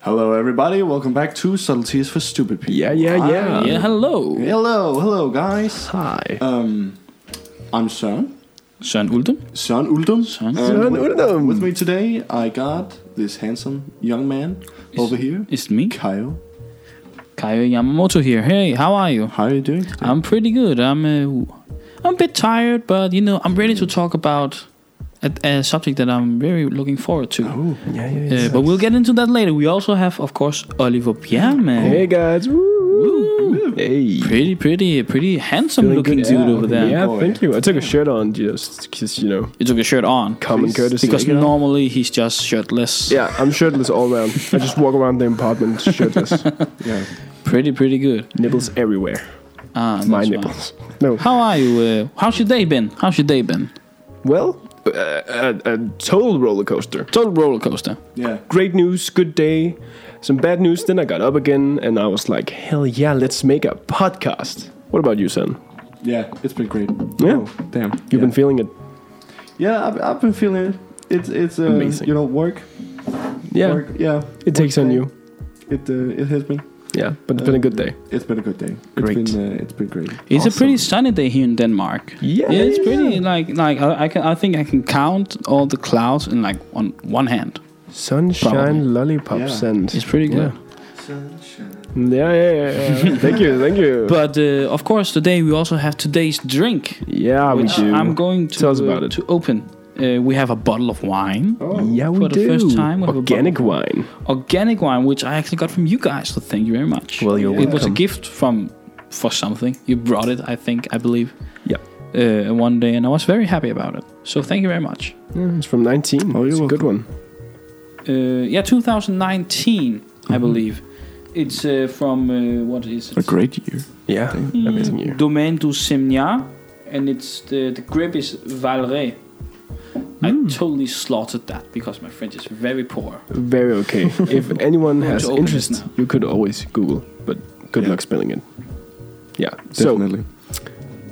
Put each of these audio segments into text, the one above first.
Hello, everybody. Welcome back to Subtleties for Stupid People. Ah. Yeah, yeah, yeah. yeah, hello. Hello, hello, guys. Um, Hi. I'm Søren. Søren Uldum. Søren Uldum. Søren. And Søren with- Uldum. With me today, I got this handsome young man over here, It's me, Kyle. Kaio Yamamoto here. Hey, how are you? How are you doing today? I'm pretty good. I'm uh, I'm a bit tired, but you know, I'm ready to talk about a, a subject that I'm very looking forward to. Oh, yeah, yeah, Uh, but we'll get into that later. We also have, of course, Oliver Bjerman. Oh, hey guys. Woo, woo. Hey. Pretty, pretty, pretty handsome Feeling looking good? dude Yeah. over there. Yeah, boy. thank you. I took a shirt on just because you know You took a shirt on. common Please courtesy. Because Take it off. normally he's just shirtless. yeah, I'm shirtless all around. I just walk around the apartment shirtless. yeah. Pretty, pretty good. nipples everywhere. Ah, My that's why. nipples. No. How are you? Uh, how's your day been? How's your day been? Well, uh, a, a total roller coaster. Total roller coaster. Yeah. Great news, good day. Some bad news. Then I got up again, and I was like, "Hell yeah, let's make a podcast." What about you, son? Yeah. It's been great. Yeah. damn. You've yeah. been feeling it. Yeah, I've, I've been feeling it. It's it's uh, Amazing. you know work. Yeah, Work. Yeah. it takes on day. you. It uh, it has been. Yeah, but it's been a good day. It's been a good day. Great. It's been uh, it's been great. It's a Awesome. pretty sunny day here in Denmark. Yeah, Yeah, it's yeah, pretty like like I, I can I think I can count all the clouds in like on one hand. Sunshine Probably. lollipops Yeah. and It's pretty good. Yeah. yeah, yeah, yeah, yeah. thank you, thank you. But uh, of course, today we also have today's drink, yeah, we which do. I'm going to Tell us uh, about it. to open. Uh, we have a bottle of wine, Oh. yeah, we for the do. first time we have a Organic wine. organic wine, which I actually got from you guys. So thank you very much. Well, you're it was a gift from for something. You brought it, I think, I believe. Yeah. Uh, one day, and I was very happy about it. So thank you very much. Yeah, it's from 19. Oh, you're it's a good one. uh, yeah, 2019, Mhm. I believe. It's uh, from uh, what is it? A great year. Yeah, amazing year. Domaine du Semia, and it's the the grip is Valre. I Hmm. totally slaughtered that because my French is very poor. Very okay. if anyone Going has to open this interest, now. you could always Google. But good Yeah. luck spelling it. Yeah. So Definitely.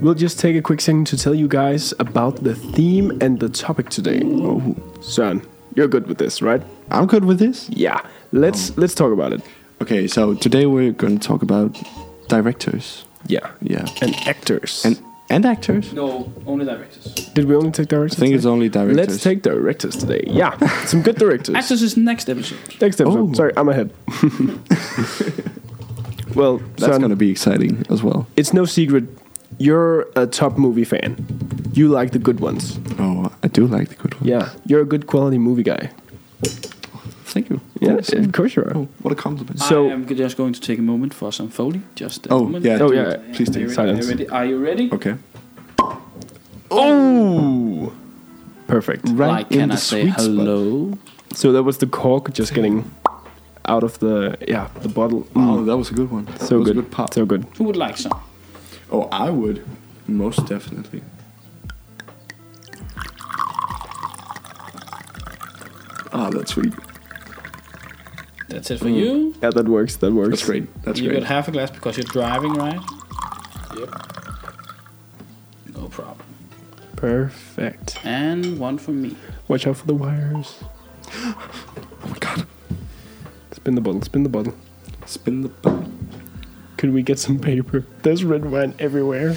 we'll just take a quick second to tell you guys about the theme and the topic today. Oh, son, you're good with this, right? I'm good with this. Yeah. Let's Oh. let's talk about it. Okay, so today we're going to talk about directors. Yeah. Yeah. and actors. And and actors. No, only directors. did we only take directors? I think it's today? only directors. Let's take directors today. Yeah, some good directors. Actors is next episode. Next episode. Oh. Sorry, I'm ahead. well, That's son, going to be exciting as well. it's no secret you're a top movie fan. You like the good ones. Oh, I do like the good one. Yeah, you're a good quality movie guy. Thank you. Yeah, Yes. of course you are. Oh, what a compliment. So- I am just going to take a moment for some foley. Just a Oh, moment. yeah, Oh, do yeah, it. Please do. Are you Silence. ready? Are you ready? Okay. Oh, perfect. Right Like, can I say sweet spot. hello? So that was the cork just getting out of the yeah the bottle. Oh, Mm, that was a good one. that so was good. A good pop. So good. Who would like some? oh, I would. Most definitely. Ah, that's sweet. That's it for Hmm. you. Yeah, that works. That works. That's great. That's you great. got half a glass because you're driving, right? Yep. No problem. Perfect. And one for me. Watch out for the wires. oh my god. Spin the bottle, spin the bottle. Spin the bottle. Could we get some paper? There's red wine everywhere.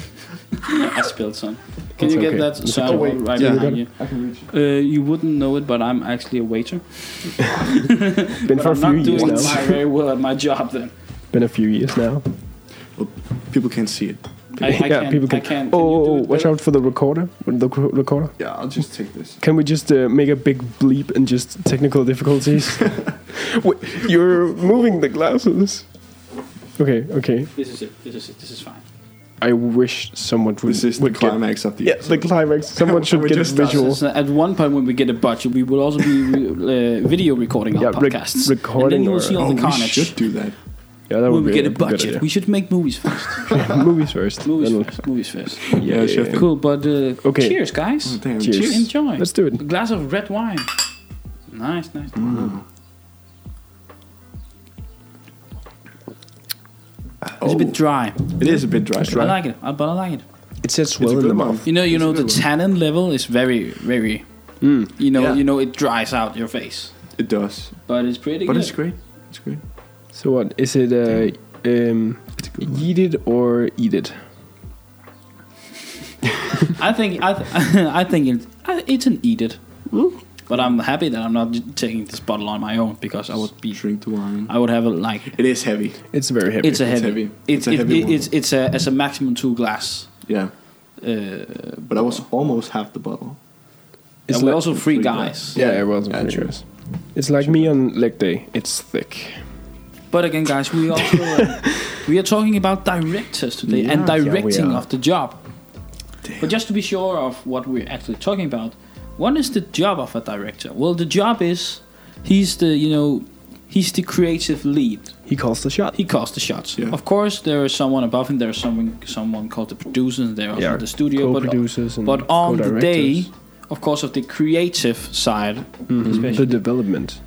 I spilled some. Can It's you okay. get that? It's So okay. I'm right Yeah. behind you. I can reach it. Uh, you wouldn't know it, but I'm actually a waiter. Been But for I'm a not few years doing now. my very well at my job then. Been a few years now. Well, people can't see it. I, I can, people can. I can. Oh, can you do oh, oh, watch it better? out for the recorder. With The cr- recorder. Yeah, I'll just take this. Can we just uh, make a big bleep and just technical difficulties? Wait, you're moving the glasses. Okay, okay. This is it. This is it. This is fine. I wish someone would. This is the would get- climax of the Yeah, episode. the climax. Someone should We get a just started. visual. So at one point when we get a budget, we will also be re- uh, video recording our Yeah, re- podcasts. and recording then you will or- see all Oh, the we carnage. should do that. Yeah, that when would we be get a good budget, idea. we should make movies first. movies first. movies then we'll- first. Movies first. Yeah, Yeah, yeah, sure yeah. thing. Cool, but uh, Okay. cheers, guys. Oh, damn. Cheers. Cheers. Enjoy. Let's do it. A glass of red wine. Nice, nice. Mm. It's a bit dry. Oh, It is a bit dry. I like it, I- but I like it. It sits It's well a in good the one. mouth. You know, you It's a know, the good one. Mm. tannin level is very, very. You know, Yeah. you know, it dries out your face, It does. but it's pretty But good. it's great. It's It's great. So what is it? Uh, um, It's a good one. yeet it or eat it? I think I, th- I think it's, I- it's an eat it. Mm. But I'm happy that I'm not j- taking this bottle on my own because I would be Drink the wine. I would have a like It is heavy. It's very heavy. it's a It's heavy. heavy. It's It's a it- heavy it- one. it's it's a it's a maximum two glass. Yeah. Uh, But I was almost half the bottle. It's and we're like- also three three glass. guys. yeah, it was Yeah, very true. gross. It's like me on leg day. It's thick. But again, guys, we also uh, we are talking about directors today and Yeah, yeah, we directing are. of the job. Damn. But just to be sure of what we're actually talking about, what is the job of a director? Well, the job is he's the you know he's the creative lead. He calls the shot. He calls the shots. Yeah. Of course, there is someone above him. There's someone someone called the producer. and There Yeah, are the studio, but Co-producers and but on the day, co-directors. of course, of the creative side, Mhm. the especially development,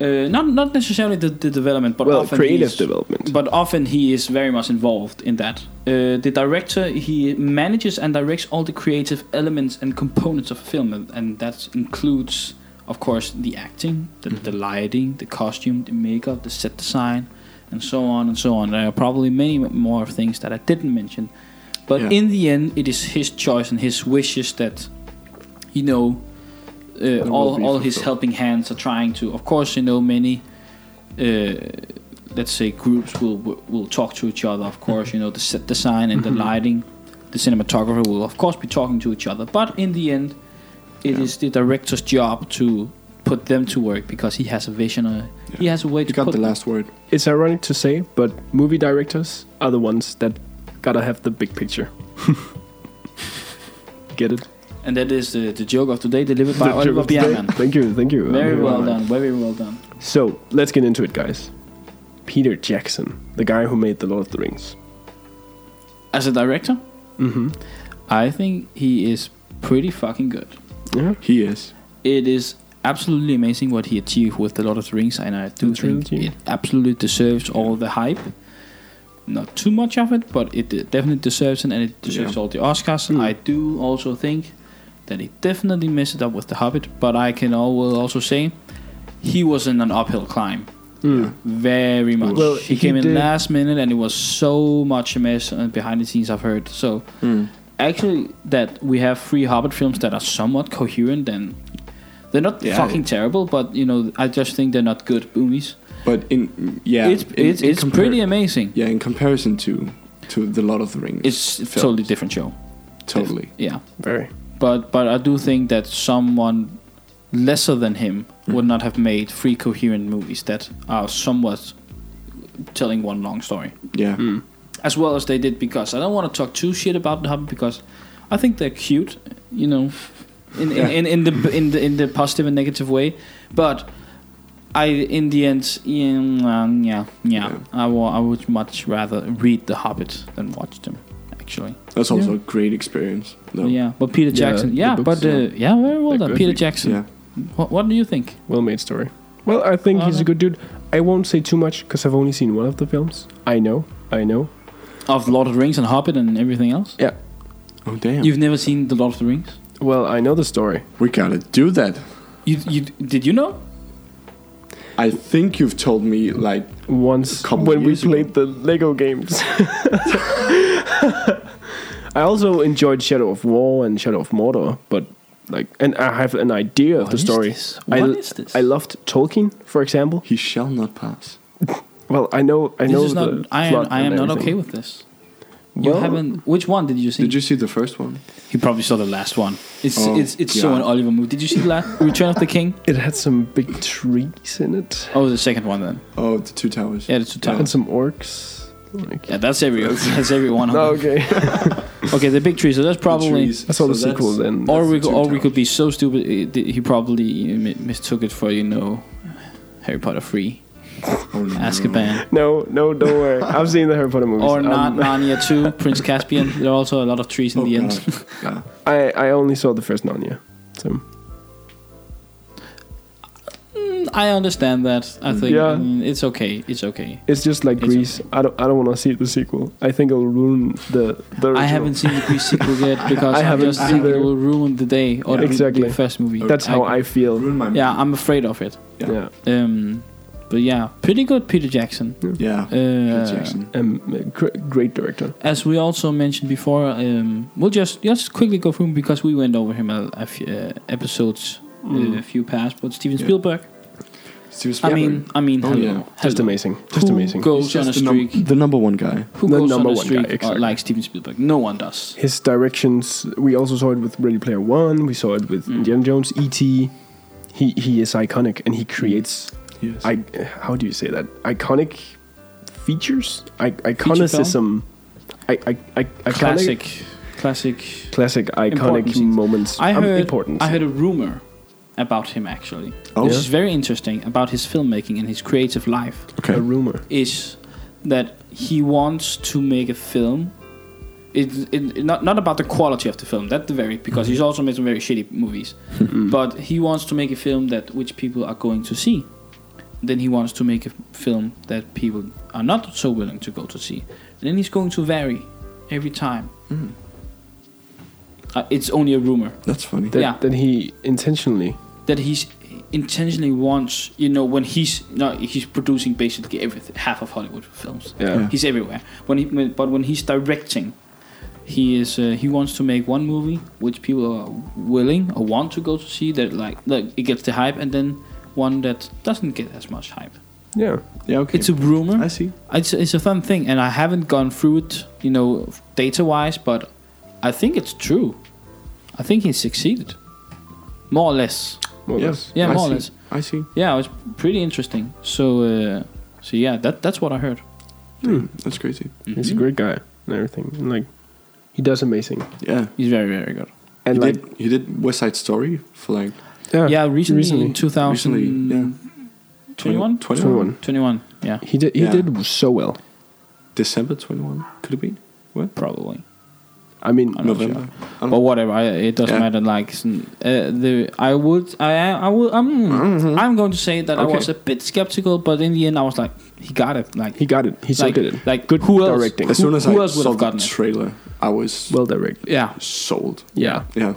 uh, not not necessarily the, the development, but well, often creative he's- development. But often he is very much involved in that. Uh, the director he manages and directs all the creative elements and components of a film, and, and that includes, of course, the acting, the, Mm-hmm. the lighting, the costume, the makeup, the set design, and so on and so on. There are probably many more things that I didn't mention, but Yeah. in the end, it is his choice and his wishes that, you know, uh, will all be all his fulfilled. helping hands are trying to. Of course, you know many. Uh, let's say groups will will will talk to each other. Of course, you know the set design and the lighting, the cinematographer will of course be talking to each other. But in the end, it is Yeah. the director's job to put them to work because he has a vision. Uh, He has a way You to got put the last word. It's ironic to say, but movie directors are the ones that gotta have the big picture. Get it? And that is the, the joke of today, delivered by The joke Oliver of today. Bierman. Thank you, thank you. Very Oliver well Bierman. done. Very well done. So let's get into it, guys. Peter Jackson, the guy who made The Lord of the Rings. As a director, Mm-hmm. I think he is pretty fucking good. Yeah. He is. It is absolutely amazing what he achieved with the Lord of the Rings, and I The do think trilogy. it absolutely deserves all the hype. Not too much of it, but it definitely deserves it, and it deserves all the Oscars. Mm. I do also think that he definitely messed it up with The Hobbit, but I can al- will also say he was in an uphill climb. Mm. Very much. Well, he, he came in did- last minute, and it was so much a mess uh, behind the scenes. I've heard so. Hmm. Actually, that we have three Hobbit films that are somewhat coherent and they're not Yeah, fucking terrible, but you know, I just think they're not good movies. But in yeah, it's in- it's, in it's compar- pretty amazing. Yeah, in comparison to to the Lord of the Rings, It's films. totally different show. totally. Yeah, Very. but but I do think that someone lesser than him Hmm. would not have made three coherent movies that are somewhat telling one long story. Yeah, Mm. as well as they did because I don't want to talk too shit about the Hobbit because I think they're cute, you know, in in, Yeah. in, in the in the in the positive and negative way, but I in the end, yeah, um, yeah, yeah, Yeah. I wa- I would much rather read the Hobbit than watch them. Actually, that's also a great experience. though. yeah, but Peter Yeah, Jackson, the yeah, books, but uh, yeah, very well They're done, good. Peter Jackson. yeah, What, what do you think? Well made story. Well, I think he's a good dude. I won't say too much because I've only seen one of the films. I know, I know. Of Lord of the Rings and Hobbit and everything else? Yeah. Oh damn, You've never seen The Lord of the Rings? Well, I know the story. we gotta do that. You, you did you know? I think you've told me like Once Couple when we years ago. played the Lego games. I also enjoyed Shadow of War and Shadow of Mordor, but like, and I have an idea of What the is story. this? I, What is this? I loved Tolkien, for example. he shall not pass. Well, I know, I know. This is the not. I am. plot I am and not okay everything. with this. You Well, haven't. Which one did you see? Did you see the first one? he probably saw the last one. It's Oh, it's it's so yeah. an Oliver move. Did you see the last Return of the King? It had some big trees in it Oh, the second one then. Oh, the two towers. Yeah, the two and towers. some orcs. Like, Yeah, that's every that's every one. of No, them. okay. Okay, the big tree. So that's probably. I saw the sequel then. Or we That's the could, two or we could towers. be so stupid. It, he probably eh, mi- mistook it for you know, Harry Potter three, Oh, no. Azkaban, No, no, don't worry. I've seen the Harry Potter movies. or Um, not Narnia two, Prince Caspian. There are also a lot of trees in Oh, the end. God. Yeah. I, I only saw the first Narnia. So Mm, I understand that. I think Yeah. mm, it's okay. It's okay. it's just like It's Greece. I don't I don't want to see the sequel. I think it'll ruin the the. Original. I haven't seen the Grease sequel yet because I, haven't just think either. it will ruin the day or Yeah. the- Exactly. the first movie. That's how I feel. Ruined my Yeah, I'm afraid of it. Yeah. Yeah. Um, But yeah, pretty good, Peter Jackson. Yeah. Uh, Peter Jackson. Um, gr- great director. As we also mentioned before, um, we'll just just quickly go through him because we went over him a, a few uh, episodes, Mm. uh, a few past. But Steven Yeah. Spielberg. Steven I Spielberg. mean, I mean, Oh, hello, yeah. Just hello. amazing. Just Who amazing. He's goes on a just the, num- streak? the number one guy. Who The goes on number a one streak guy, uh, exactly. like Steven Spielberg? No one does. His directions. We also saw it with Ready Player One. We saw it with Mm. Indiana Jones, E.T. He he is iconic, and he creates. Mm. Yes. I how do you say that? Iconic features. I, film? iconicism. I, I, I, iconic- Classic, classic. Classic Important iconic scenes. moments. I Um, heard. important. I heard a rumor about him actually, Oh. which Yeah. is very interesting about his filmmaking and his creative life. okay. a rumor. is that he wants to make a film. It, it not not about the quality of the film. That's the very because he's also made some very shitty movies. But he wants to make a film that which people are going to see. Then he wants to make a film that people are not so willing to go to see. Then he's going to vary every time. Mm. Uh, it's only a rumor That's funny. That, Yeah. that he intentionally. that he's intentionally wants. You know when he's no he's producing basically everything half of Hollywood films. Yeah. He's everywhere. When he, when- but when he's directing, he is uh, he wants to make one movie which people are willing or want to go to see. That like like it gets the hype, and then one that doesn't get as much hype. Yeah. yeah. Okay. It's a rumor. I see. It's it's a fun thing, and I haven't gone through it, you know, data wise, but I think it's true. I think he succeeded, more or less. More or yes. less. Yeah, I more or see. less. I see. Yeah, it was pretty interesting. So, uh, so yeah, that that's what I heard. Hmm. That's crazy. He's a great guy and everything. And like, he does amazing. Yeah. He's very very good. And he like, did. He did West Side Story for like yeah, Yeah, recently, Recently. in 2000. recently. Yeah. 21? 21. 21. 21, yeah, He did. He Yeah. did so well. December 21. Could it be? What? probably. I mean, I'm not sure. November. I don't- But whatever, I, it doesn't Um, Yeah. matter. Like, s- uh, the I would, I, I would, I'm, I'm going to say that I Mm-hmm. Okay. was a bit skeptical, but in the end, I was like, he got it. Like, he got it. He so like, did it. Like, Good who else? directing. Who, As soon as who I else would saw have the gotten it? trailer, I was well directed. Yeah, sold. Yeah. Yeah.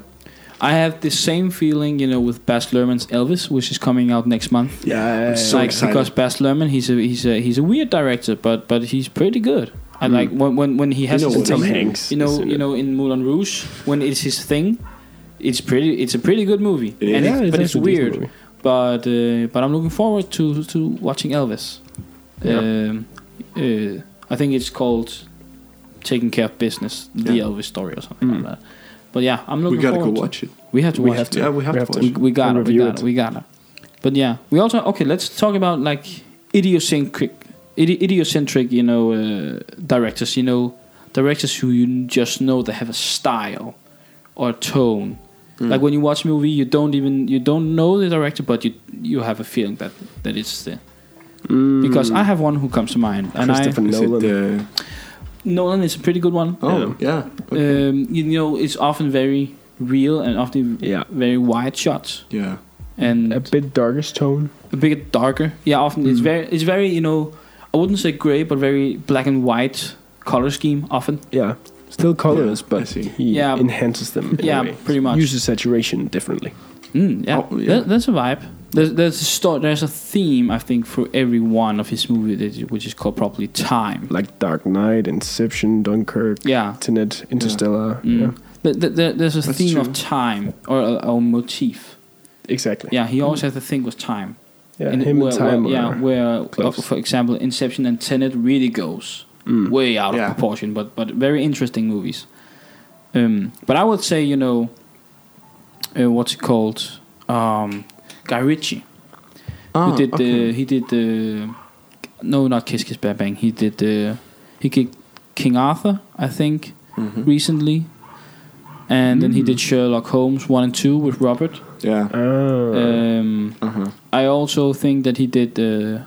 I have the same feeling, you know, with Baz Luhrmann's Elvis, which is coming out next month. Yeah. I'm so like, excited. because Baz Luhrmann, he's a he's a he's a weird director, but but he's pretty good. I like when when when he has Hmm. know his what And Tom he- thing- Hanks. you know is in you it. know in Moulin Rouge when it's his thing it's pretty it's a pretty good movie It is. And Yeah, it's- but it's actually a decent weird movie. but uh, but I'm looking forward to to watching Elvis Yeah. um, uh, I think it's called Taking Care of Business the Yeah. Hmm. Elvis story or something Mm. like that but yeah I'm looking we gotta go forward to- watch it. we have to We watch have it. to. Yeah, we have We to have watch we, it. we got And it we review got it. it. we got it but yeah we also okay let's talk about like idiosyncratic idi- idiocentric you know uh, directors you know directors who you just know they have a style or a tone like when you watch a movie you don't even you don't know the director but you you have a feeling that that it's the Mm. because I have one who comes to mind and I Hmm. Christopher Is Nolan. it, uh, Nolan is a pretty good one oh, yeah. um, you know it's often very real and often Yeah. very wide shots Yeah. and a bit darkest tone. a bit darker. Yeah, often it's very it's very you know I wouldn't say gray, but very black and white color scheme often. Yeah. Still colors, Yeah, I but see. he Yeah. enhances them. in a Yeah, way. pretty much. Uses saturation differently. Mm, yeah, Oh, yeah. That, that's a vibe. There's there's a sto- there's a theme I think for every one of his movies, that- which is called properly time. Like Dark Knight, Inception, Dunkirk, Yeah. Tenet, Interstellar. Mm. Yeah. Th- th- th- there's a That's theme of true. time or a, or motif. Exactly. Yeah, Hmm. he always has a thing with time. Yeah, And him where, and time. Where, yeah, are- where uh, close. for example, Inception and Tenet really goes Mm. way out Yeah. of proportion, but but very interesting movies. Um, but I would say you know, uh, what's it called? Um, Guy Ritchie. Ah, who did okay. the he did the no not Kiss Kiss Bang Bang. He did the he did King Arthur I think Mhm. recently, and then he did Sherlock Holmes one and two with Robert. Yeah. Ah. Um, Uh-huh. I also think that he did uh,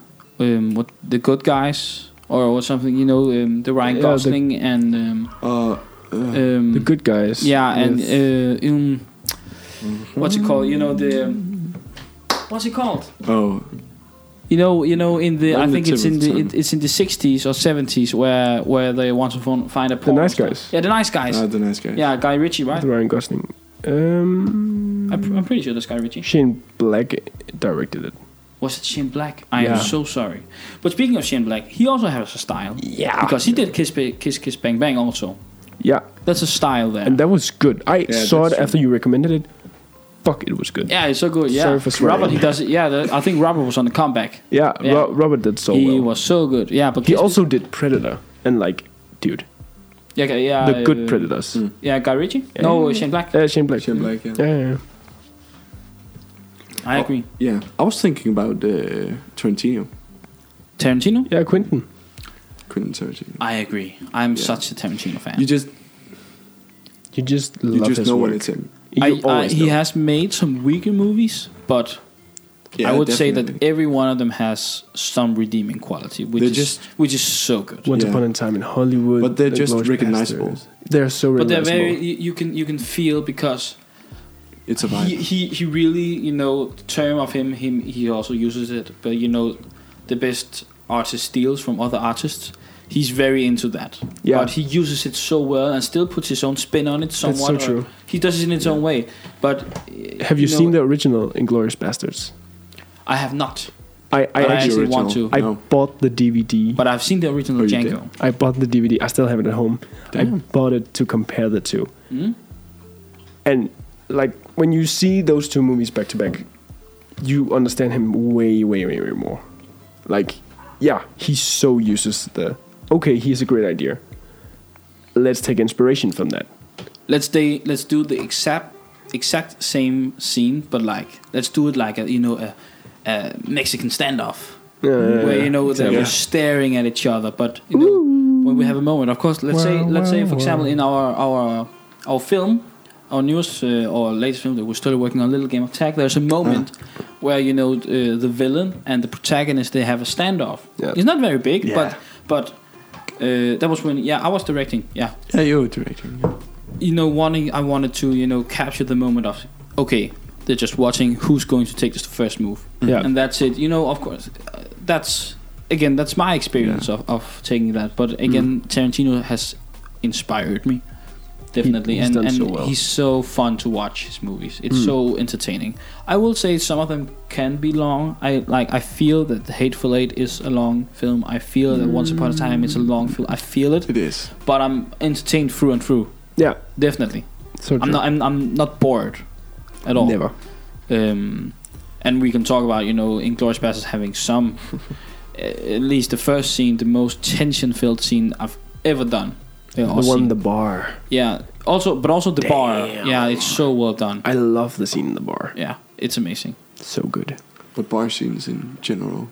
um, what the Good Guys or, or something, you know, um, the Ryan Yeah, the- Gosling and um, Uh, uh, um, the good guys. yeah, and with- uh, um, what's it called? You know the what's it called? oh, You know, you know, in the On I the think tip it's in of the tongue. it, it's in the sixties or seventies where where they want to fon- find a the porn nice star. guys. Yeah, the nice guys. uh, the nice guy. yeah, Guy Ritchie, right? With Ryan Gosling. Um, I'm, pr- I'm pretty sure that's Guy Ritchie. Shane Black directed it. Was it Shane Black? I am Yeah. so sorry. But speaking of Shane Black, he also has a style Yeah. because he did Kiss Ba- Kiss Kiss Bang Bang also. yeah, That's a style there. and that was good. I Yeah, saw it that's true. after you recommended it. Fuck, it was good. yeah, it's so good. Yeah, Sorry for swearing. Robert he does it. Yeah, the, I think Robert was on the comeback. Yeah, Yeah. Ro- Robert did so he well. was so good. Yeah, but he Kiss- also did Predator, and like, dude, yeah, yeah, the good uh, Predators. Mm. Yeah, Guy Ritchie. no, Yeah. Shane Black. Uh, Shane Black. Shane Black, yeah. Yeah, yeah, yeah. I agree. Yeah, I was thinking about uh, Tarantino, Tarantino. yeah Quentin. Quentin Tarantino. I agree. I'm Yeah. such a Tarantino fan. You just You just you love just his know work. when it's him. You I, I, always he know. has made some weaker movies, but Yeah, I would say that definitely. every one of them has some redeeming quality, which They're is just- which is so good. Once Yeah. upon a time in Hollywood, But they're The just Glorious recognizable. Bastards. They're so But they're recognizable. very you, you can you can feel because it's a he, vibe. he he really you know the term of him him he also uses it, but you know the best artist steals from other artists. He's very into that, Yeah. but he uses it so well and still puts his own spin on it. That's Somewhat, so or- true. He does it in his own way. But uh, Have you, know, seen the original Inglorious Bastards? I have not, I I But I actually actually want to. I No. bought the DVD. but I've seen the original Oh, you did? Django. I bought the DVD. I still have it at home. I Damn. bought it to compare the two. Mm? And like when you see those two movies back to back, you understand him way, way, way, way more. Like, yeah, he so uses the okay. Here's a great idea. Let's take inspiration from that. let's they let's do the exact exact same scene, but like let's do it like a you know a, a Mexican standoff where you know they're exactly. just staring at each other. But you know when we have a moment, of course, let's say Wow, let's say wow, for example wow. in our our our film. Our newest uh, or latest film that we're still working on, Little Game of Tag. There's a moment where you know uh, the villain and the protagonist they have a standoff. Yeah. It's not very big, Yeah. but but uh, that was when yeah I was directing. Yeah, yeah, you're directing. yeah. you know, wanting I wanted to, you know, capture the moment of okay, they're just watching who's going to take this first move, Yeah. and that's it. You know, of course, uh, that's again that's my experience of, of taking that. But again, Mm-hmm. Tarantino has inspired me definitely, he's and done and so well. Mm. he's so fun to watch his movies. It's so entertaining. I will say some of them can be long. I like I feel that The Hateful Eight is a long film. I feel that Once Upon a Time is a long film. I feel it, It is. but I'm entertained through and through. Yeah. Definitely. So I'm true. not. I'm, I'm not bored at all. Never. Um, and we can talk about you know Inglourious Bastards having some, a- at least the first scene, the most tension-filled scene I've ever done. Yeah, the or one seen. in the bar. yeah. Also, but also the bar. Yeah, it's so well done. I love the scene in the bar. Yeah, it's amazing. So good. But bar scenes in general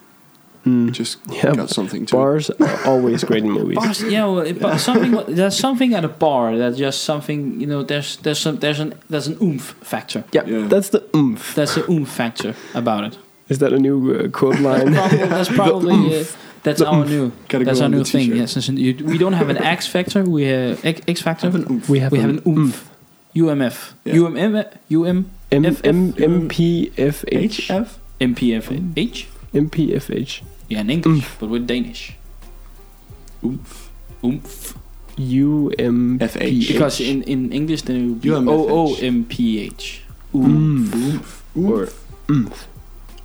Hmm. just Yeah, got something to it. Bars are always great in movies. Bars, yeah, well, it- but something there's something at a bar that just something you know there's there's some there's an there's an oomph factor. Yeah, Yeah. that's the oomph. There's an oomph factor about it. Is that a new uh, quote line? Probably- that's probably uh, that's our new Gotta that's go our on the new thing. t-shirt. Yes, listen, you, we don't have an X factor. We have X, X factor. Have an oomph. we have we a- have an oomph. UMF. Mm. Yeah. UMM. UM. M F- M F- M P F H HF? MPF. Um. H. M P F H Yeah, in English, but with Danish. Oomph. Oomph. U M F P H. Because in, in English, then it would be UMFH. O O M P H. Um. Oomph. Oomph. or Oomph. oomph.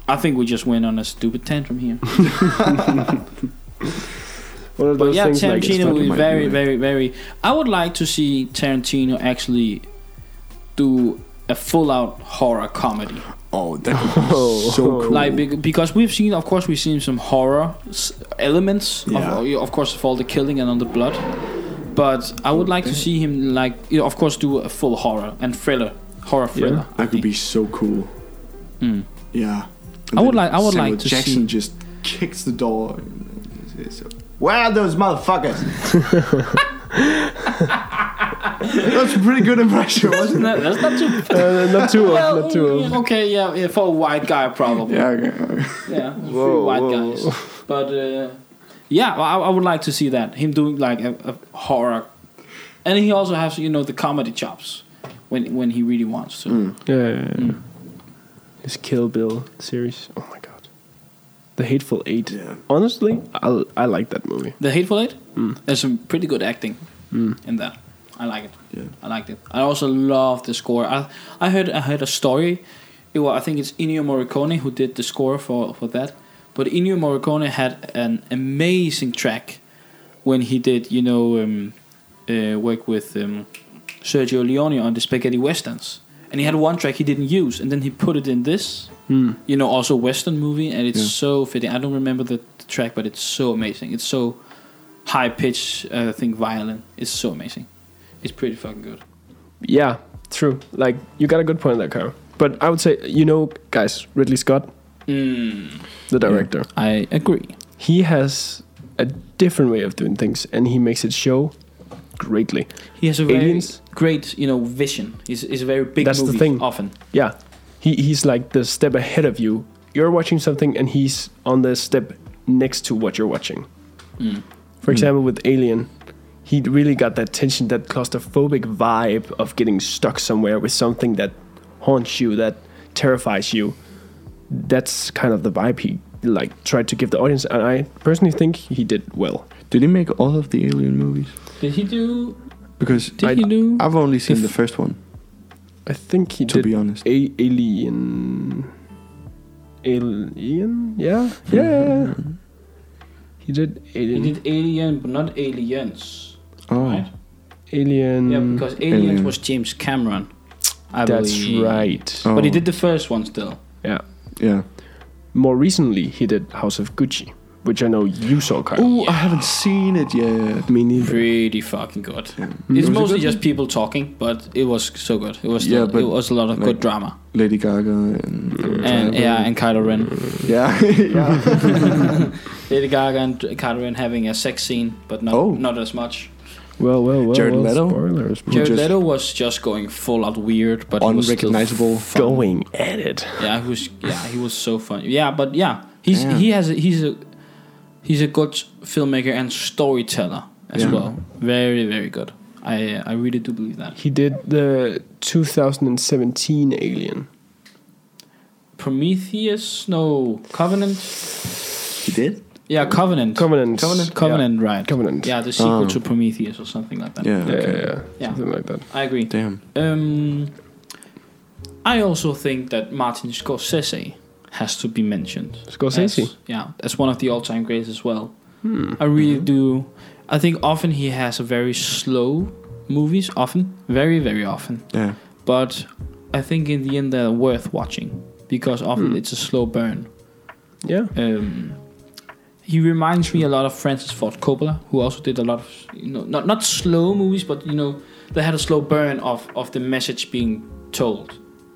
I think we just went on a stupid tantrum here. One of But those yeah, things like Tarantino what would it be might very, be. very, very. I would like to see Tarantino actually do a full-out horror comedy. Oh, that would be Oh. so cool. like bec- because we've seen of course we've seen some horror s- elements Yeah. of, of course of all the killing and on the blood but i would like to see him like you know, of course do a full horror and thriller horror thriller that I could think. be so cool. Mm. Yeah. I would then like- I would Samuel like to Jackson see- just kicks the door. and says, Where are those motherfuckers? That's a pretty good impression, wasn't it? No, that's not too Uh, not too old, well, not too old. yeah, okay yeah, yeah for a white guy probably Yeah, okay, okay. yeah, three Whoa, white whoa. guys. But uh, yeah, well, I, I would like to see that him doing like a, a horror, and he also has you know the comedy chops when when he really wants to. Yeah, yeah, yeah. His Kill Bill series. Oh my god, The Hateful Eight. Yeah. Honestly, I I like that movie. The Hateful Eight, there's some pretty good acting in that. I like it. Yeah. I liked it. I also love the score. I I heard I heard a story it wa- I think it's Ennio Morricone who did the score for, for that. But Ennio Morricone had an amazing track when he did, you know, um, uh, work with um, Sergio Leone on the Spaghetti Westerns. And he had one track he didn't use, and then he put it in this, Hmm. you know, also Western movie, and it's Yeah. so fitting. I don't remember the, the track, but it's so amazing. It's so high pitched, uh, I think, violin. It's so amazing. It's pretty fucking good. Yeah, true. Like you got a good point there, Kyle. But I would say, you know, guys, Ridley Scott, Mm, the director, I agree. he has a different way of doing things, and he makes it show greatly. He has a very Aliens? great, you know, vision. He's, he's a very big That's the movie thing. often. Yeah, he he's like the step ahead of you. You're watching something, and he's on the step next to what you're watching. Mm. For example, with Alien, he really got that tension, that claustrophobic vibe of getting stuck somewhere with something that haunts you, that terrifies you. That's kind of the vibe he like tried to give the audience, and I personally think he did well. Did he make all of the Alien movies? Did he do? Because Did I- he do? I've only seen If- the first one, I think he to did be honest. a- Alien. Alien? Yeah? Yeah. He did Alien. He did Alien, but not Aliens. Oh, Right? Hmm. Alien. Yeah, because Aliens Alien. was James Cameron. I That's believe. right. Oh. But he did the first one still. Yeah. yeah. More recently, he did House of Gucci, which I know you saw, Kyle. Oh, I haven't seen it yet. Me neither. Pretty fucking good. Yeah. It's Was it mostly good? just people talking, but it was so good. It was Yeah, still, but it was a lot of like- good drama. Lady Gaga and And yeah, and Kylo Ren, yeah, yeah. Lady Gaga and Kylo Ren having a sex scene, but not Oh. not as much. Well, well, well. Jared well, Leto? Spoilers. Jared- Jared just- Leto was just going full out weird, but he was still Unrecognizable. Going at it. Yeah, he was. Yeah, he was so fun. Yeah, but yeah, he's Yeah. he has a, he's a he's a good filmmaker and storyteller as Yeah. well. Very very good. I uh, I really do believe that. He did the 2017 Alien. Prometheus, no Covenant. He did. Yeah, Covenant. Covenant. Covenant? Covenant, right? Yeah. Covenant. Yeah, the sequel Oh. to Prometheus or something like that. Yeah. Yeah, okay. yeah, yeah. Yeah. Something like that. I agree. Damn. Um, I also think that Martin Scorsese has to be mentioned. Scorsese. As, yeah, as one of the all-time greats as well. I really do. I think often he has a very slow movies, often, very very often. Yeah. But I think in the end they're worth watching because often Hmm. it's a slow burn. Yeah. Um, he reminds me a lot of Francis Ford Coppola, who also did a lot of you know not not slow movies, but you know they had a slow burn of of the message being told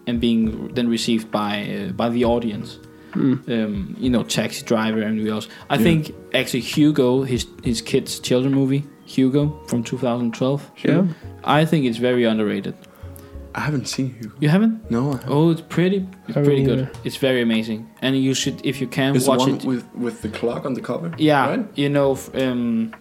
and being then received by uh, by the audience Hmm. um, you know, Taxi Driver and everything else. I Yeah. think actually Hugo, his his kids' children movie, Hugo from 2012. Yeah. I think it's very underrated. I haven't seen you. You haven't? No. I haven't. Oh, it's pretty, it's Haven't pretty good. either. It's very amazing, and you should if you can It's the watch one it. with with the clock on the cover. Yeah, Right? you know, f- um,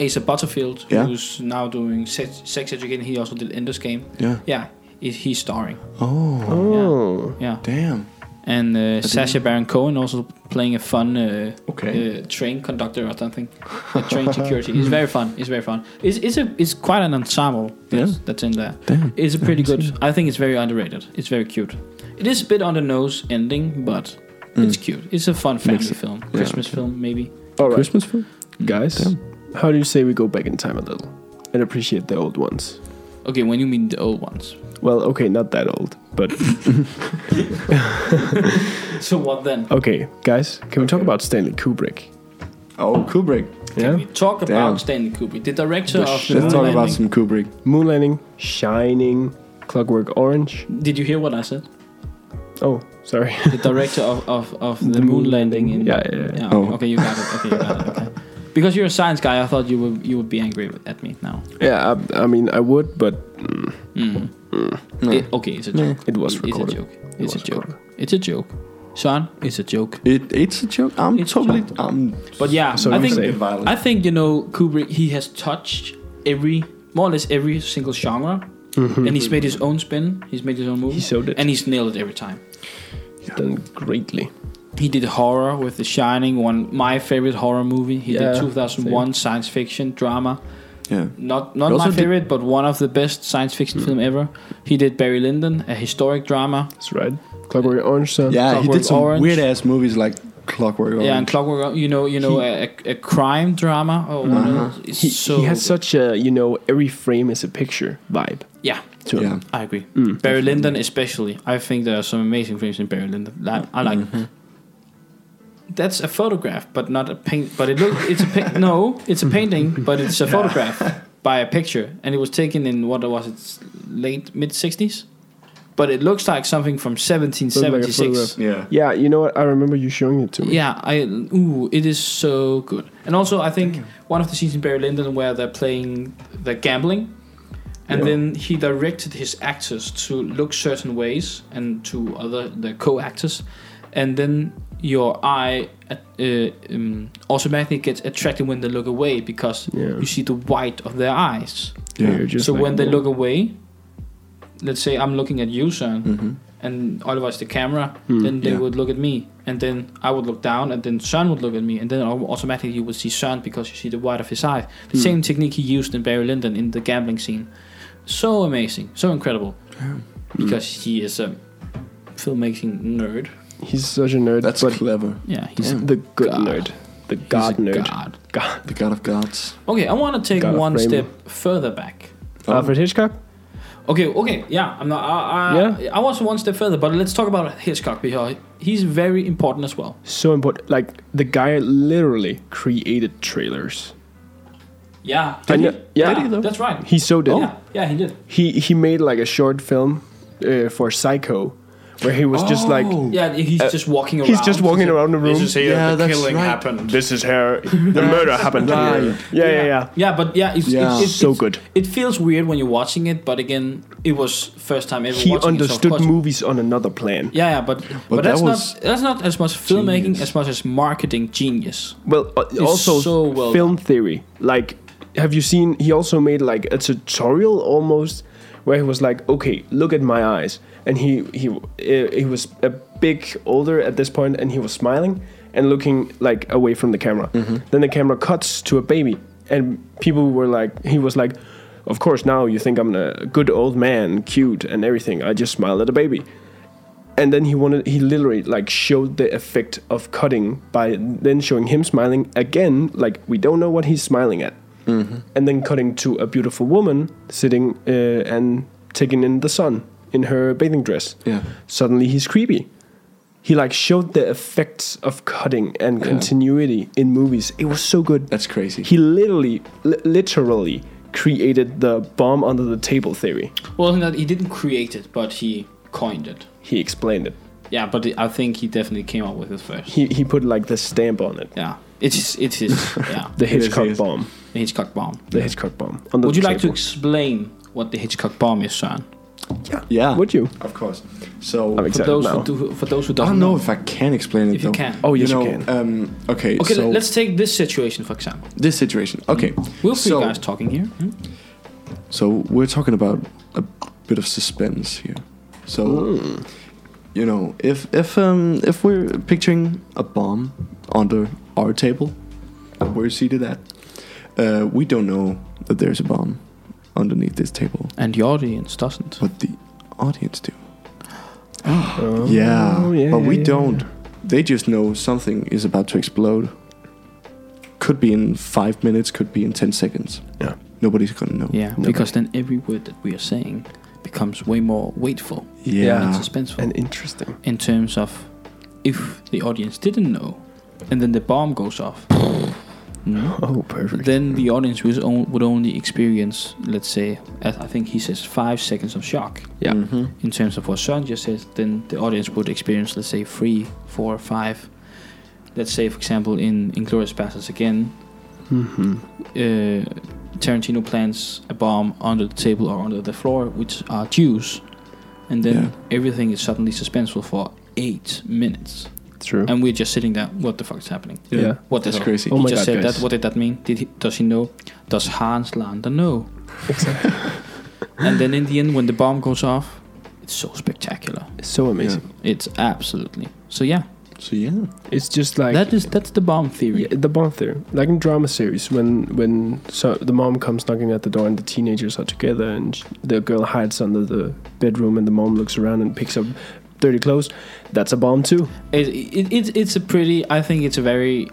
Asa Butterfield, Yeah. who's now doing sex, sex Education. He also did Ender's Game. Yeah. Yeah, he- he's starring. Oh. Oh. Yeah, Damn. and uh, Sasha Baron Cohen also playing a fun. Uh, Okay. uh, train conductor or something. A train security. It's very fun. It's very fun. It's it's a it's quite an ensemble that's, Yeah. that's in there. Damn. It's a pretty good. I think it's very underrated. It's very cute. It is a bit on the nose ending, but it's cute. It's a fun family Makes it- film, Mm. yeah, Christmas okay. film maybe. All right. Christmas film. Guys, how do you say we go back in time a little and appreciate the old ones? Okay, when you mean the old ones. Well, okay, not that old, but So what then? okay, guys, can we talk about Stanley Kubrick? Oh, Kubrick. Yeah, We talk Damn. about Stanley Kubrick, the director The of shit. Let's the Moon talk about Landing. some Kubrick. Moon Landing, Shining, Clockwork Orange. Did you hear what I said? Oh, sorry. The director of, of, of the, moon landing in Yeah, yeah, yeah. okay, Oh. okay, you got it. Okay, you got it. Okay. Because you're a science guy, I thought you would you would be angry with- at me now. yeah, I, I mean, I would, but mm, Mm. No. It- okay, it's a joke. it was It- It's a recorded. joke. It It's a was joke. recorded. It's a joke. Son, it's a joke. It, it's a joke. I'm It's a totally. I'm. But yeah, So I you think say- violent. I think you know Kubrick. He has touched every more or less every single genre, and he's made his own spin. He's made his own movie, He so did. and he's nailed it every time. He's done greatly. He did horror with The Shining, one my favorite horror movie. He Yeah, did 2001 science fiction drama. Yeah. Not not He also my did- favorite, but one of the best science fiction Hmm. film ever. He did Barry Lyndon, a historic drama. That's right. Clockwork Orange, son. Yeah, he Clockwork did some Orange. weird ass movies like Clockwork Orange. Yeah, and Clockwork. uh, You know, you know, a, a, a crime drama. Oh, it's Uh-huh. He, so he has such a you know every frame is a picture vibe yeah. to him. yeah. I agree. Hmm. Barry Lyndon, especially. I think there are some amazing films in Barry Lyndon. Li- I like. Mm-hmm. That's a photograph, but not a paint. But it look. It's a pa- no. It's a painting, but it's a photograph by a picture, and it was taken in what was it, late mid sixties. But it looks like something from seventeen seventy six. Yeah. Yeah, you know what? I remember you showing it to me. Yeah, I ooh, it is so good. And also, I think one of the scenes in Barry Lyndon where they're playing, they're gambling, and Yeah. then he directed his actors to look certain ways and to other the co-actors, and then your eye uh, um, automatically gets attracted when they look away because Yeah. you see the white of their eyes. Yeah. You're just so like, when they "Whoa." look away, let's say I'm looking at you, Søren Mm-hmm. and otherwise the camera, Hmm. then they Yeah. would look at me, and then I would look down, and then Sun would look at me, and then au- automatically you would see Sun because you see the white of his eye. The Hmm. same technique he used in Barry Lyndon in the gambling scene. So amazing, so incredible, because he is a filmmaking nerd. he's such a nerd, That's but clever. Yeah, he's Yeah. a, the good Oh God. nerd, the he's god a nerd, god. god. The God of Gods. Okay, I want to take God of one framing. step further back. Oh. Alfred Hitchcock. Okay, okay, yeah, I'm not. I, I, I was one step further, but let's talk about Hitchcock because he's very important as well. So important. Like the guy literally created trailers. Yeah, I know- yeah. Did he, though? that's right. He so did. Yeah, Oh. yeah, he did. He he made like a short film uh, for Psycho, where he was just like uh, Oh. Yeah, he's just walking around. he's just walking around the room. Yeah, that's right. This is her. The murder happened. right. Yeah, yeah, yeah. Yeah, but yeah, it's, Yeah. it's, it's So it's- good. It feels weird when you're watching it, but again, it was first time ever. He watching it, so of understood course- movies on another plan. Yeah, yeah, but but, that that's was not that's not as much filmmaking genius. as much as marketing genius. Well, uh, also so well film theory. Like, have you seen? He also made like a tutorial almost, where he was like, "Okay, look at my eyes," and he he uh, he was a big older at this point, and he was smiling and looking like away from the camera. Mm-hmm. Then the camera cuts to a baby, and people were like, he was like. Of course, now you think I'm a good old man, cute and everything. I just smiled at a baby and then he wanted he literally like showed the effect of cutting by then showing him smiling again like we don't know what he's smiling at Mm-hmm. and then cutting to a beautiful woman sitting uh, and taking in the sun in her bathing dress Yeah. suddenly he's creepy he like showed the effects of cutting and continuity in movies it was so good That's crazy. he literally li- literally created the bomb under the table theory Well, not, he didn't create it, but he coined it. he explained it Yeah, but I think he definitely came up with it first. he, he put like the stamp on it Yeah, it's his- it's his yeah The is, Hitchcock it is. bomb. the Hitchcock bomb. The Hitchcock bomb. On the Would you like to table. explain what the Hitchcock bomb is, Sean? Yeah. Would you? Of course. So I'm For excited those now. who do, for those who I don't don't know if I can explain it If you though. can. Oh, yes, you know, can. Um, okay, Okay, so let's take this situation for example. this situation. Okay, We'll see so, you guys talking here. hmm? So we're talking about a bit of suspense here. So you know, if if um if we're picturing a bomb under our table, we're seated at, uh, we don't know that there's a bomb underneath this table, And the audience doesn't. but the audience do. Oh, yeah, but we yeah, don't. yeah. They just know something is about to explode. Could be in five minutes, could be in ten seconds. Yeah. Nobody's gonna know. Yeah, because then every word that we are saying becomes way more weightful and Yeah. suspenseful And interesting. in terms of if the audience didn't know and then the bomb goes off. no. Oh, perfect. Then the audience was on, would only experience, let's say, as I think he says, five seconds of shock. Yeah. Mhm. In terms of what Sean just said, then the audience would experience, let's say, three, four, five. Let's say, for example, in Inglorious Bastards again, Mm-hmm. uh, Tarantino plants a bomb under the table or under the floor, which are Jews, and then Yeah. everything is suddenly suspenseful for eight minutes, True. and we're just sitting there. What the fuck is happening? yeah. Yeah. What the That's hell? crazy. Oh he my just God, said guys. that. What did that mean? Did he? Does he know? Does Hans Lander know? and then in the end, when the bomb goes off, it's so spectacular. So amazing. It's absolutely so. Yeah, So yeah, It's just like that is that's the bomb theory. Yeah, the bond theory, like in drama series, when when so the mom comes knocking at the door and the teenagers are together, and sh the girl hides under the bedroom, and the mom looks around and picks up dirty clothes. That's a bomb too. It, it, it, it's a pretty. I think it's a very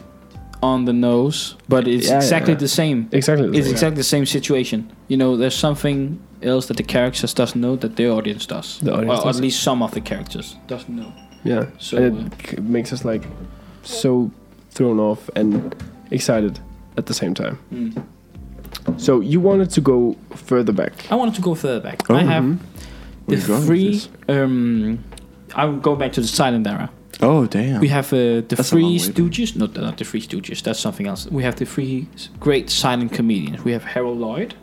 on the nose, but it's Yeah, yeah, exactly yeah. the same. Exactly. the It's same. exactly the same situation. You know, there's something else that the characters doesn't know that the audience does. The audience or at doesn't. least some of the characters doesn't know. Yeah. So, and it c- makes us like so thrown off and excited at the same time. Mm. So you wanted to go further back. I wanted to go further back. Oh. I mm-hmm. have Where the you going with three. this? Um, I will go back to the silent era. Oh damn. We have uh, the That's a long Three way back. Stooges. No, not the Three Stooges. That's something else. We have the three s- great silent comedians. We have Harold Lloyd.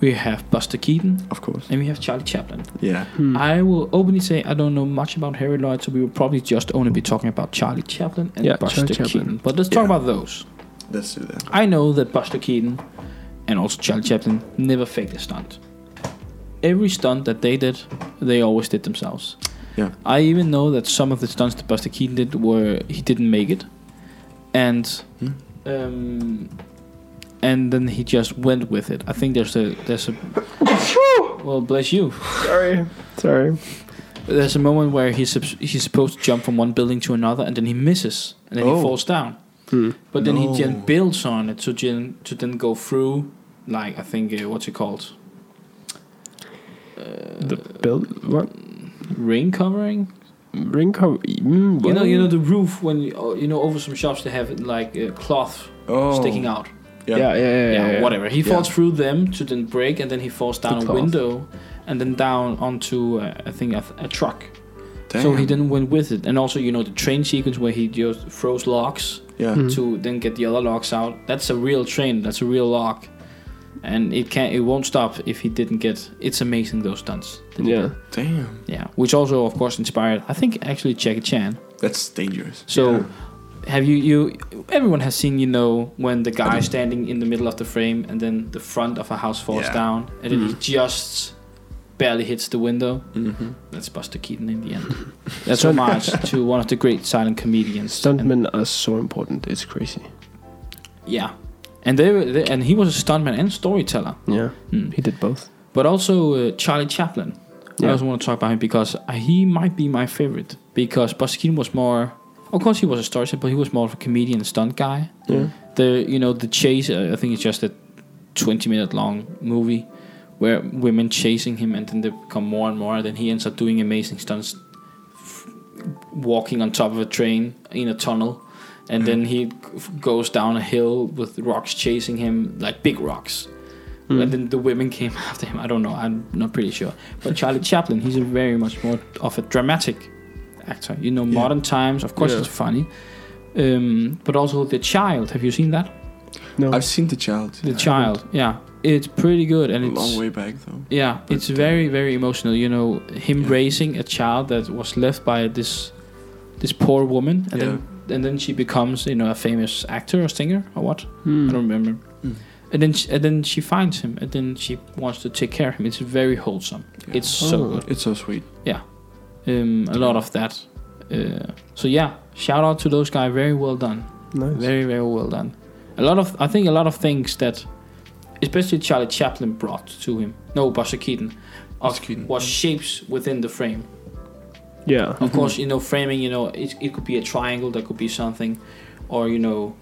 We have Buster Keaton. Mm-hmm. of course. And we have Charlie Chaplin. Yeah. I will openly say I don't know much about Harold Lloyd, so we will probably just only be talking about Charlie Chaplin and Yeah, Buster Charlie Chaplin. Keaton. But let's talk Yeah. about those. Let's do that. I know that Buster Keaton and also Charlie Chaplin never faked a stunt. Every stunt that they did, they always did themselves. Yeah. I even know that some of the stunts that Buster Keaton did were he didn't make it, and Hmm. um, and then he just went with it. I think there's a there's a well bless you. Sorry. Sorry. There's a moment where he's sup- he's supposed to jump from one building to another, and then he misses, and then Oh. he falls down. Hmm. But then he No. then builds on it to then to then go through, like I think uh, what's it called, The build what rain covering. ring cover? Mm, You know, what? you know the roof when you, oh, you know over some shops they have like uh, cloth Oh. sticking out. Yeah. yeah, yeah, yeah, yeah, yeah, yeah. whatever. He Yeah. falls through them to then break, and then he falls down a cloth. window, and then down onto uh, I think a, a truck. Damn. So he then went with it, and also you know the train sequence where he just throws locks Yeah. Mm. to then get the other locks out. That's a real train. That's a real lock, and it can not it won't stop if he didn't get. It's amazing those stunts. that he Yeah. did. Damn. yeah. Which also of course inspired. I think actually Jackie Chan. That's dangerous. So. Have you you? Everyone has seen you know when the guy standing in the middle of the frame and then the front of a house falls Yeah. down and then he just barely hits the window. Mm-hmm. That's Buster Keaton in the end. That's homage to one of the great silent comedians. And- Stuntmen are so important. It's crazy. yeah, and they, were, they and he was a stuntman and storyteller. Yeah. Mm. He did both. But also uh, Charlie Chaplin. I Yeah. also want to talk about him because he might be my favorite because Buster Keaton was more. Of course, he was a storyteller, but he was more of a comedian and stunt guy. Yeah. The you know the chase. Uh, I think it's just a twenty-minute long movie where women chasing him and then they become more and more. Then he ends up doing amazing stunts, f- walking on top of a train in a tunnel, and then he g- goes down a hill with rocks chasing him, like big rocks. Hmm. And then the women came after him. I don't know. I'm not pretty sure. But Charlie Chaplin, he's a very much more of a dramatic actor. You know, modern times. Of course, Yeah. it's funny. Um, but also the child. Have you seen that? No. I've seen the child. The child. Yeah, it's pretty good, and A it's long way back though. yeah, it's very very emotional. You know, him Yeah. raising a child that was left by this this poor woman, and then and then she becomes you know a famous actor or singer or what Hmm. I don't remember. Mm. And then she, and then she finds him, and then she wants to take care of him. It's very wholesome. Yeah. It's so Oh. good. It's so sweet. Um, a lot of that. Uh, so yeah, shout out to those guys. Very well done. Nice. Very very well done. A lot of I think a lot of things that, especially Charlie Chaplin brought to him. No, Buster Keaton. Of, Buster Keaton. was shapes within the frame. yeah. Of course, you know framing. You know it, it could be a triangle. That could be something, or you know,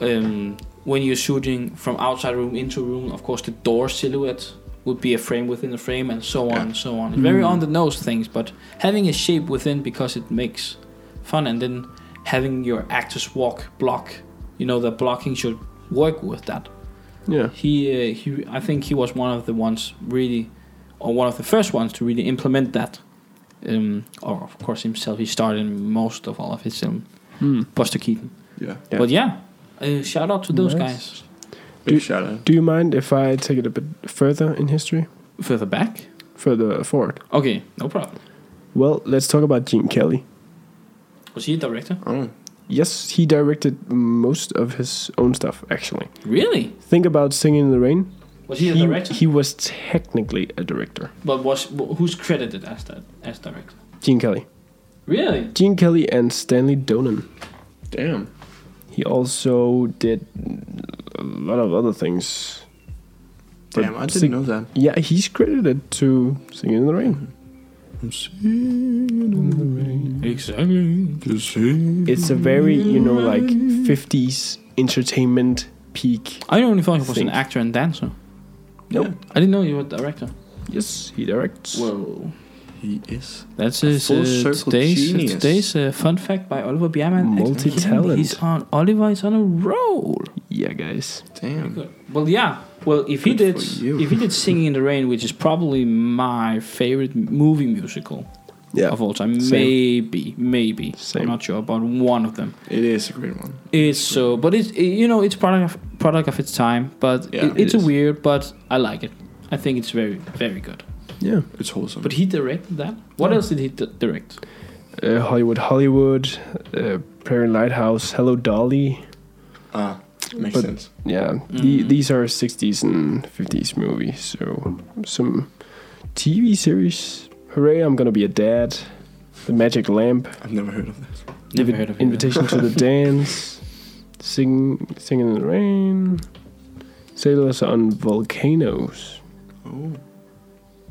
um, when you're shooting from outside room into room. Of course, the door silhouette would be a frame within a frame, and so on Yeah. and so on. It's very Mm. on the nose things, but having a shape within because it makes fun, and then having your actors walk block. You know the blocking should work with that Yeah. he uh, he I think he was one of the ones really or one of the first ones to really implement that um, or of course himself he started in most of all of his um, Hmm. Buster Keaton Yeah. Yeah. but yeah uh, shout out to those Nice. guys Big Do- shout out. Do you mind if I take it a bit further in history? further back Further forward? okay no problem Well, let's talk about Gene Kelly. was he a director Oh. Yes, he directed most of his own stuff, actually. really Think about Singing in the Rain. was he a director he was technically a director. but was wh- who's credited as that as director Gene Kelly. Really? Gene Kelly and Stanley Donen. Damn. He also did a lot of other things. But Damn, I sing- didn't know that. Yeah, he's credited to Singing in the Rain. I'm singing in the rain. Exactly. Just singing. It's a very, you know, like 50s entertainment peak. I only thought he was an Think. actor and dancer. Nope. I didn't know you were a director. Yes, he directs. Whoa. He is. That's his, full uh, circle today's genius. today's uh, fun fact by Oliver Bierman. Multi-talent. He's on Oliver. He's on a roll. yeah, guys. Damn. Well, yeah. Well, if he Good did, for you. if he did Singing in the Rain, which is probably my favorite m- movie musical Yeah. of all time, Same. maybe, maybe, Same. I'm not sure about one of them. It is a great one. It's so, but it's you know it's product of, product of its time, but Yeah, it, it's it a is. weird, but I like it. I think it's very very good. Yeah. It's wholesome. But he directed that. What else did he d- direct? Uh, Hollywood, Hollywood, uh, Prairie Lighthouse, Hello Dolly. ah, makes But- sense. Yeah, the, Mm. these are 60s and 50s movies. So some TV series. Hooray! I'm gonna be a dad. The Magic Lamp. I've never heard of this. Never Invi- heard of it. Invitation to the Dance. Sing, singing in the rain. Sailors on volcanoes. Oh.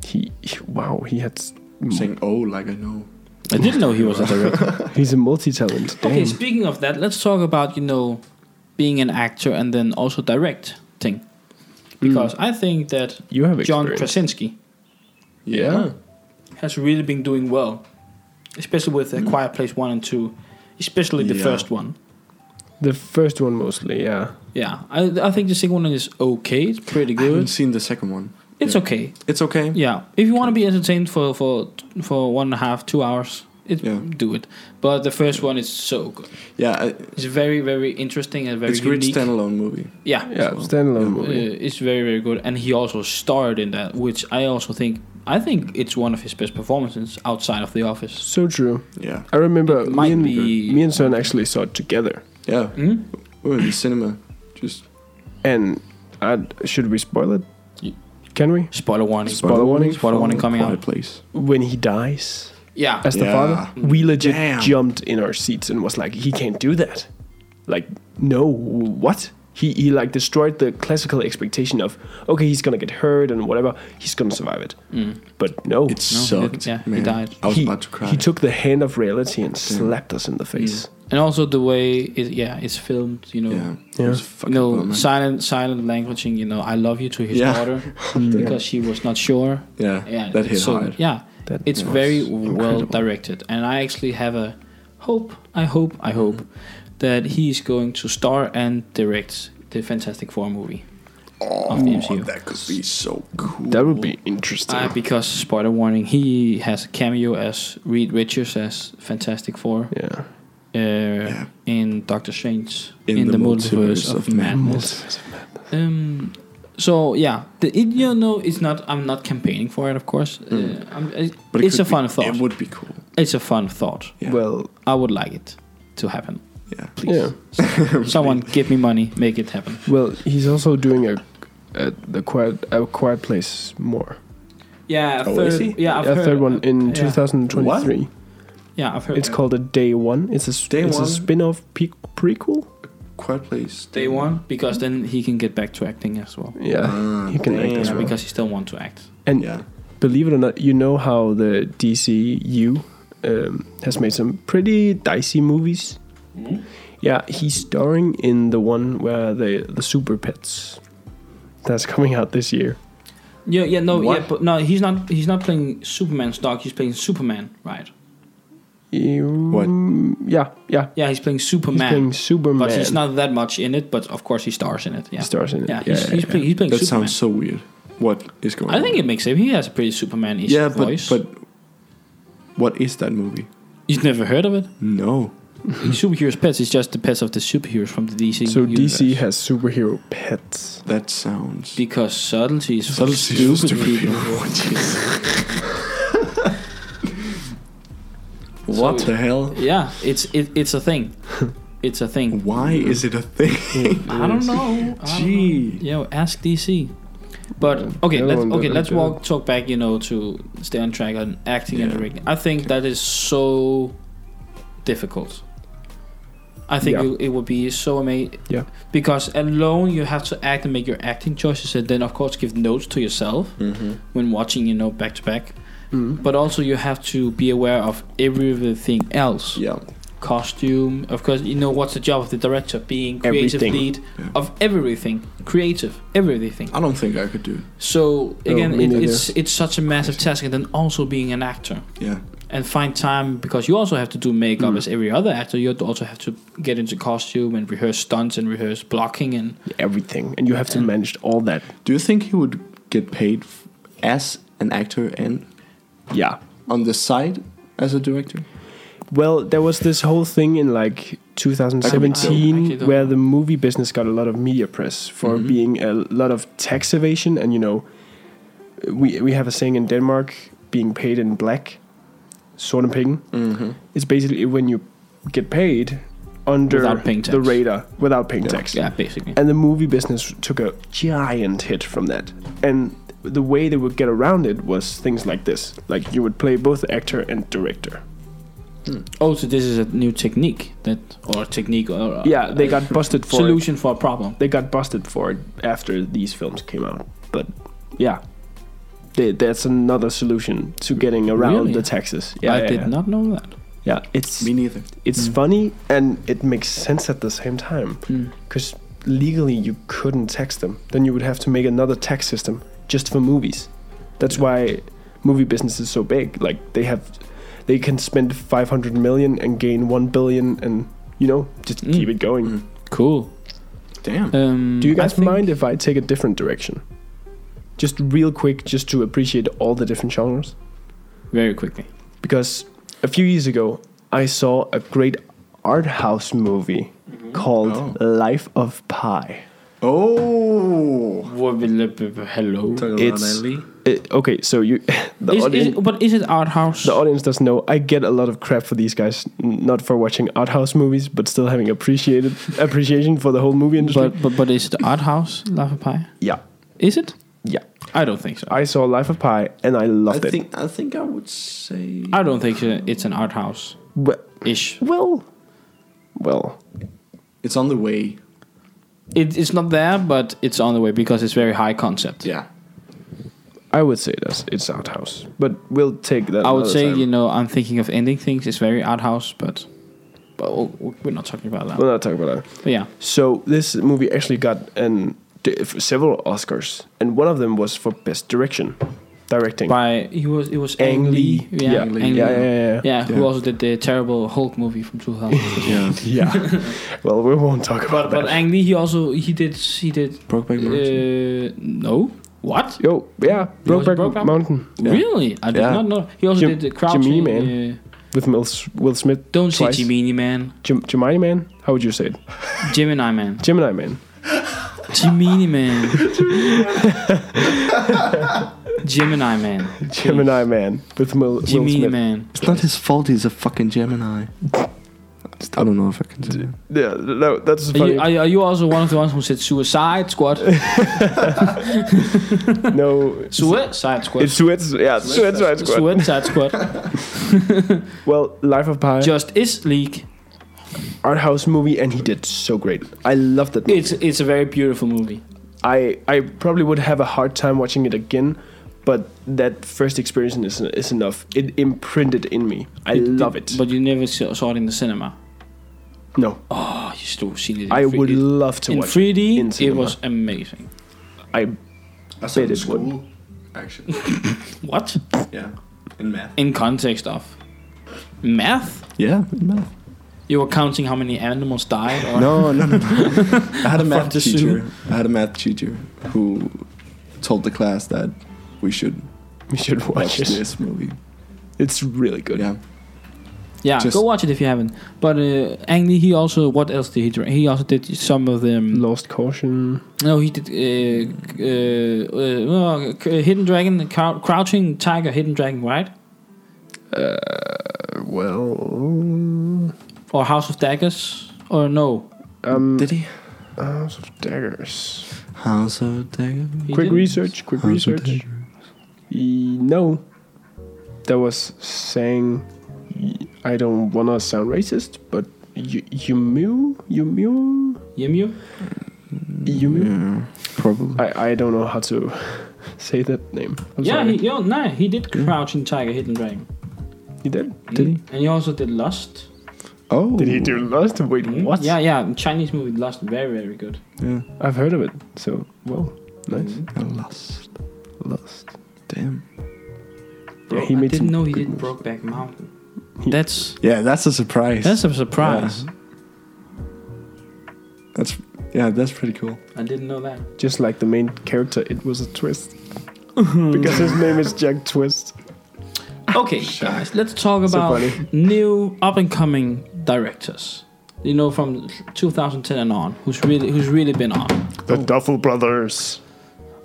He, he- wow, he had. s- I'm saying oh like I know. I didn't know he was a director. He's a multi-talent. Damn. okay, speaking of that, let's talk about you know being an actor and then also directing, Hmm. because I think that you have John experience. Krasinski Yeah. has really been doing well, especially with A Quiet Place One and Two, especially the Hmm. Yeah. first one. The first one mostly, yeah. Yeah, I, I think the second one is okay. It's pretty I haven't good. seen the second one. It's yeah. okay. It's okay. Yeah, if you want to be entertained for for for one and a half two hours, it Yeah. do it. But the first one is so good. Yeah, I, It's very very interesting and very it's a great unique. standalone movie. yeah, Yeah, well. standalone Uh, movie. it's very very good. And he also starred in that, which I also think I think it's one of his best performances outside of The Office. So true. Yeah, I remember It me might and, be- me and Son actually saw it together. yeah. Mm? We were in the cinema. Just And I, should we spoil it? Ye- Can we? Spoiler warning. Spoiler warning Spoiler warning from coming Quiet out. Place. When he dies Yeah, as the Yeah. father, we legit Damn. jumped in our seats and was like, he can't do that. Like, no, what? He, he like destroyed the classical expectation of okay he's gonna get hurt and whatever he's gonna survive it Mm. but no It No, he sucked. didn't. Yeah, he man. died. I was he, about to cry. Mm. he took the hand of reality and slapped us in the face and also the way it yeah it's filmed. You know. Yeah, Yeah. It was fucking no bummer. silent silent languaging you know i love you to his Yeah. daughter because she was not sure Yeah, yeah that hit so, hard. yeah That it's was very well incredible. directed and i actually have a hope i hope i hope that he is going to star and direct the fantastic four movie Oh, of the MCU. that could be so cool. that would be interesting uh, because spoiler warning he has a cameo as reed richards as fantastic four yeah uh, Yeah. in doctor strange in, the, multiverse, of, madness. Um, so yeah, the it, you know it's not. I'm not campaigning for it, of course. Uh, I'm, I- But it it's a could be- fun thought. It would be cool. it's a fun thought. Yeah. Well, I would like it to happen. Yeah. yeah. Someone give me money, make it happen. Well, he's also doing a, a the quiet a quiet place more. Yeah, Oh, is third, he? yeah, I've a heard, third one in yeah. 2023. Yeah, I've heard. It's called a day one. It's a s- Day it's One. a spin-off pe- prequel. Quiet Place. day one because then he can get back to acting as well. Yeah, Ah, he can act as Yeah, damn. well. because he still want to act. And Yeah. believe it or not, you know how the DCU um, has made some pretty dicey movies. Mm-hmm. Yeah, he's starring in the one where the the Super Pets that's coming out this year. Yeah, yeah, no, yeah, What? but no, he's not. He's not playing Superman's dog. He's playing Superman, right? What? Mm, Yeah, yeah. Yeah, he's playing Superman, He's playing Superman. but he's not that much in it. But of course, he stars in it. Yeah, He stars in it. Yeah, he's, he's, Playing, he's playing That Superman. sounds so weird. What is going? I think on? it makes sense. He has a pretty Superman-ish Yeah, but voice. but what is that movie? you've never heard of it. No. Superheroes' pets is just the pets of the superheroes from the DC. So universe. DC has superhero pets. That sounds. because subtlety is for Subtlety stupid, is for stupid people. what So- the hell? yeah, it's it, it's a thing. It's a thing. Why is it a thing? I don't know. I don't Gee. know. Yo, ask DC. But okay, the other let's one okay, that I let's did. walk talk back. You know, to stay on track on acting and Yeah. directing. I think that is so difficult. I think Yeah. it, it would be so amazing. Yeah. Because alone you have to act and make your acting choices, and then of course give notes to yourself Mm-hmm. when watching, you know, back to back. Mm. But also you have to be aware of everything else. Yeah. Costume, of course. You know what's the job of the director? Being creative Everything. lead Yeah. of everything, creative, everything. Uh, I don't think I could do it. So again, me it, neither. it's it's such a massive task, and then also being an actor Yeah. and find time because you also have to do makeup Mm. as every other actor. You also have to get into costume and rehearse stunts and rehearse blocking and Everything, and you have to And- manage all that. Do you think he would get paid f- as an actor and Yeah. on the side as a director? Well, there was this whole thing in like I actually 2017 where don't know. Mm-hmm. the movie business got a lot of media press for Mhm. being a lot of tax evasion, and you know, we we have a saying in Denmark, being paid in black, sort of ping. Mm-hmm. It's basically when you get paid under Without paying the tax. radar without paying tax. yeah, basically. And the movie business took a giant hit from that. And the way they would get around it was things like this. Like you would play both actor and director. Also, this is a new technique that or technique or uh, Yeah, they got busted for it. solution for a problem. They got busted for it after these films came out. But yeah. They, that's another solution to getting around Really? the taxes. I yeah, did yeah. not Mm. know that. Yeah, it's Me neither. it's funny and it makes sense at the same time. Mm. because legally you couldn't tax them. Then you would have to make another tax system just for movies. That's why movie business is so big. Like they have, they can spend 500 million and gain 1 billion, and you know just Mm. keep it going. Mm. Cool. Damn. Um, Do you I guys think- mind if I take a different direction? Just real quick, just to appreciate all the different genres, very quickly? because a few years ago I saw a great art house movie Mm-hmm. called Oh. Life of Pi. Oh. Hello. Talking It's- It, okay, so you the Is, audience, is, but is it art house? the audience doesn't know. I get a lot of crap for these guys, n- not for watching art house movies, but still having appreciated appreciation for the whole movie industry. but, but but is it art house? Lava pie? yeah, Is it? yeah. I don't think so. I saw Life of Pi and I I loved it. think I think I would say I don't think uh, it's an art house But- ish. well, well, it's on the way. It, it's not there, but it's on the way because it's very high concept. Yeah. I would say that's it's art house, but we'll take that. I would another say time. you know I'm thinking of ending things. It's very art house, but but w- w- we're not talking about that. we'll not talk about that. But yeah, So this movie actually got an d- f- several Oscars, and one of them was for best direction, directing. by he was it was Ang Ang Lee, Lee. yeah, Yeah. Yeah, Ang Lee. yeah, yeah, yeah, yeah. Yeah, who Yeah. also did the terrible Hulk movie from 2000. Yeah. Yeah. well, we won't talk about but but that. Ang Lee, he also he did he did Brokeback Mountain. uh, no what Yo, yeah, It was Brokeback Brokeback? Mountain Yeah. really I did Yeah. not know. He also Jim- did the crouching. Jiminy Man. uh, with Mil- S- Will Smith. don't Twice. say Jiminy Man, Jim- Gemini Man? How would you say it? Gemini Man, Gemini Man. Jiminy Man, Gemini Man, Gemini Man with Mil- Will Jiminy Smith. Man. It's not his fault. He's a fucking Gemini. I don't know if I can do that. Yeah, no, that's Are funny. you, are, you- are you also one of the ones who said Suicide Squad? no, suicide Squad. it's Suez. Yeah, Suez Suicide Squad. Suicide Squad. Well, Life of Pi, Justice League. art house movie, and he did so great. I loved that movie. It's it's a very beautiful movie. I I probably would have a hard time watching it again, but that first experience is is enough. It imprinted in me. I You love did- it. But you never saw, saw it in the cinema. no, Oh, you still seen it. In I three- would it- love to in watch. 3D. in it cinema. was amazing. I I saw it in school, actually. What? Yeah. In math. In context of math, Yeah, in math. you were counting how many animals died. Or No, no, no. no. I had a math the zoo. teacher. I had a math teacher who told the class that we should we should watch watch it. this movie. It's really good. Yeah. Yeah, Just- go watch it if you haven't. But uh, Ang Lee, he also what else did he direct? He also did some of the um, Lost Caution. no, he did uh, uh, uh, uh, Hidden Dragon, Crouch- Crouching Tiger, Hidden Dragon, right? Well, Or House of Daggers? Or no? um, Did he? House of Daggers. House of Dagger. he quick didn't? research. Quick House of research. E- no, that was Sang I don't want to sound racist, but y- Yumu, Yumu, Yemu? Yumu. Yeah, probably. I I don't know how to say that name. I'm yeah, sorry. he, yo, nah, he did Crouching Tiger, Hidden Dragon. He did. Did he? And he also did Lust. oh, Did he do Lost? Wait, what? Yeah, yeah, Chinese movie Lust, very, very good. Oh, Yeah, I've heard of it. So well, nice. I lost. Lost. Damn. Yeah, Bro, he made I didn't some know he good did moves. Brokeback Mountain. He- That's Yeah, that's a surprise. that's a surprise. That's yeah, that's pretty cool. I didn't know that. Just like the main character, it was a twist. because his name is Jack Twist. Okay, guys, let's talk So about funny. new up and coming directors. You know, from 2010 and on, who's really who's really been on. The Duffel Brothers.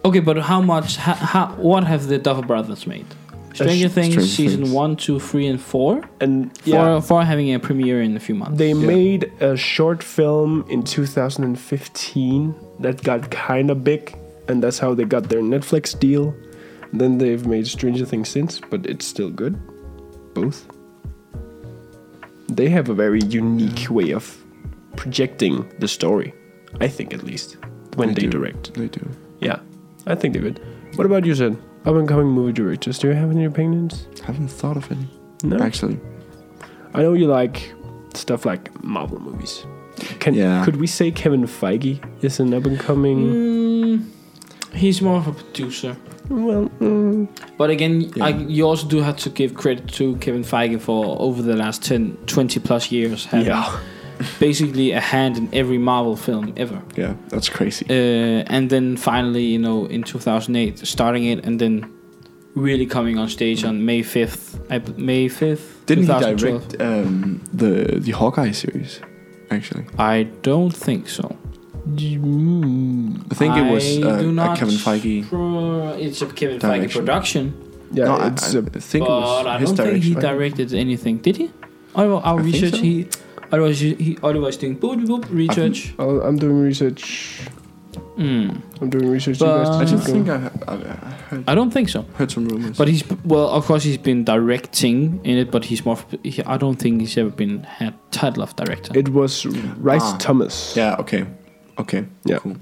Okay, but how much? How, how what have the Duffer Brothers made? Stranger Things Stranger season Things. one, two, three, and four. And yeah, Four, four having a premiere in a few months. they made a short film in 2015 that got kind of big, and that's how they got their Netflix deal. Then they've made Stranger Things since, but it's still good. Both. They have a very unique way of projecting the story, I think at least, when they, do. direct. They do. Yeah, I think they would. What about you, Sid? Up and coming movie directors. Do you have any opinions? Haven't thought of any No. actually. I know you like stuff like Marvel movies. Can, Yeah. Could we say Kevin Feige is an up and coming? Mm, he's more of a producer. Well, mm, But again, Yeah. I, you also do have to give credit to Kevin Feige for over the last 10, 20 plus years having yeah. basically a hand in every Marvel film ever. Yeah, that's crazy. Uh, and then finally, you know, in 2008, starting it and then really coming on stage on May 5th. I, b- May 5th? Didn't he 2012. direct um, the the Hawkeye series? Actually, I don't think so. Mm, I think it was I uh, do a not Kevin Feige. pro- it's a Kevin Feige Direction. production, Yeah, no, I- it's I, a I think it but was I his don't think he direction. directed anything. Did he? Our, our I think research, so. he, otherwise, he, he otherwise doing boop boop boop research. I'll, I'm doing research. Mm. I'm doing research. But- I you guys just keep think going. I, I, I heard, I don't think so. heard some rumors. But he's well, of course, he's been directing in it, but he's more. He, I don't think he's ever been had title of director. it was Rice Ah. Thomas. yeah, okay, okay, Yeah. cool.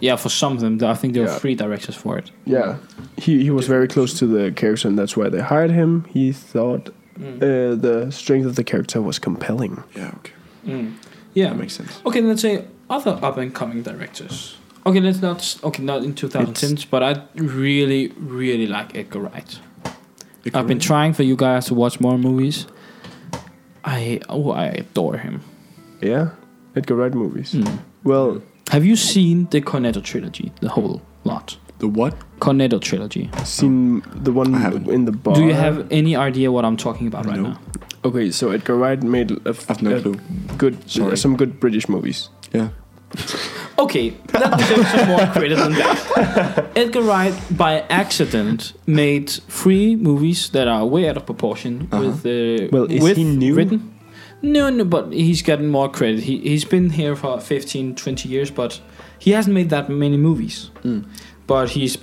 yeah, for some of them, I think there were Yeah. three directors for it. Yeah. He, he was very close to the character, and that's why they hired him. He thought Hmm. Hmm. uh, the strength of the character was compelling. Yeah, okay, Mm. Yeah. that makes sense. Okay, let's say other up and coming directors. Okay, let's not. s- Okay, not in 2010s, but I really, really like Edgar Wright. I've been trying for you guys to watch more movies. I oh, I adore him. Yeah. Edgar Wright movies. Mm. Well, Have you seen the Cornetto trilogy, the whole lot? the what? Cornetto trilogy. seen the one I haven't. in the bar. Do you have any idea what I'm talking about right No. now? Okay, so Edgar Wright made a f- I've no a clue. good Sorry. some good British movies. Yeah, Okay, let me give some more credit than that. Edgar Wright, by accident, made three movies that are way out of proportion Uh-huh. with uh, Well, is with he new? Written. No, no, but he's gotten more credit. He, he's been here for 15, 20 years, but he hasn't made that many movies. Mm. But he's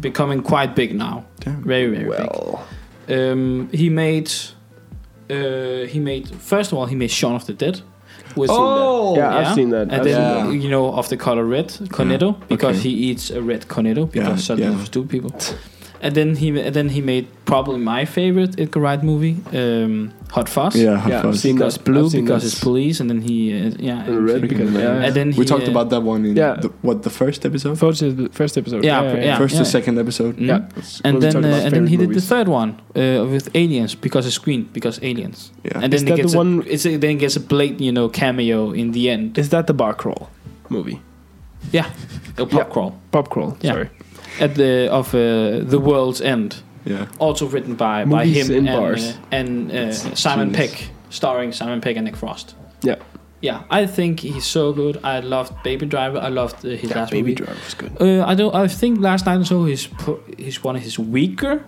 becoming quite big now. damn. Very, very big. Well, Um, he made. Uh, he made first of all he made Shaun of the Dead. With yeah, I've seen that. and I've then seen that. Yeah. you know of the color red cornetto because Okay. he eats a red cornetto because Yeah, suddenly yeah. for two people. And then he and then he made probably my favorite Edgar Wright movie, um, Hot Fuzz. Yeah, hot Yeah, I've fuzz. seen because that. blue I've seen because that. it's police, and then he uh, yeah And red because Freaking yeah, and then he, we talked uh, about that one in Yeah. the, what the first episode, first, ep- first episode. Yeah, pr- yeah. first or second episode. Mm. Yeah. That's- and When we then talked uh, about and then favorite he did movies. the third one uh, with aliens because it's green because aliens. yeah. And Is then it that the gets one- a, it's a, then it gets a blatant you know cameo in the end. Is that the bar crawl movie? Yeah, a pop Yeah. crawl Pop crawl. Yeah. Sorry. at the of uh, the world's end. yeah. also written by, by Movies him in and, bars. uh, and uh, It's Simon genius. Pegg, starring Simon Pegg and Nick Frost. Yeah. Yeah, I think he's so good. I loved Baby Driver. I loved uh, his Yeah, last Baby movie. Driver was good. uh, I don't. I think Last Night in Soho is pro- is one of his weaker,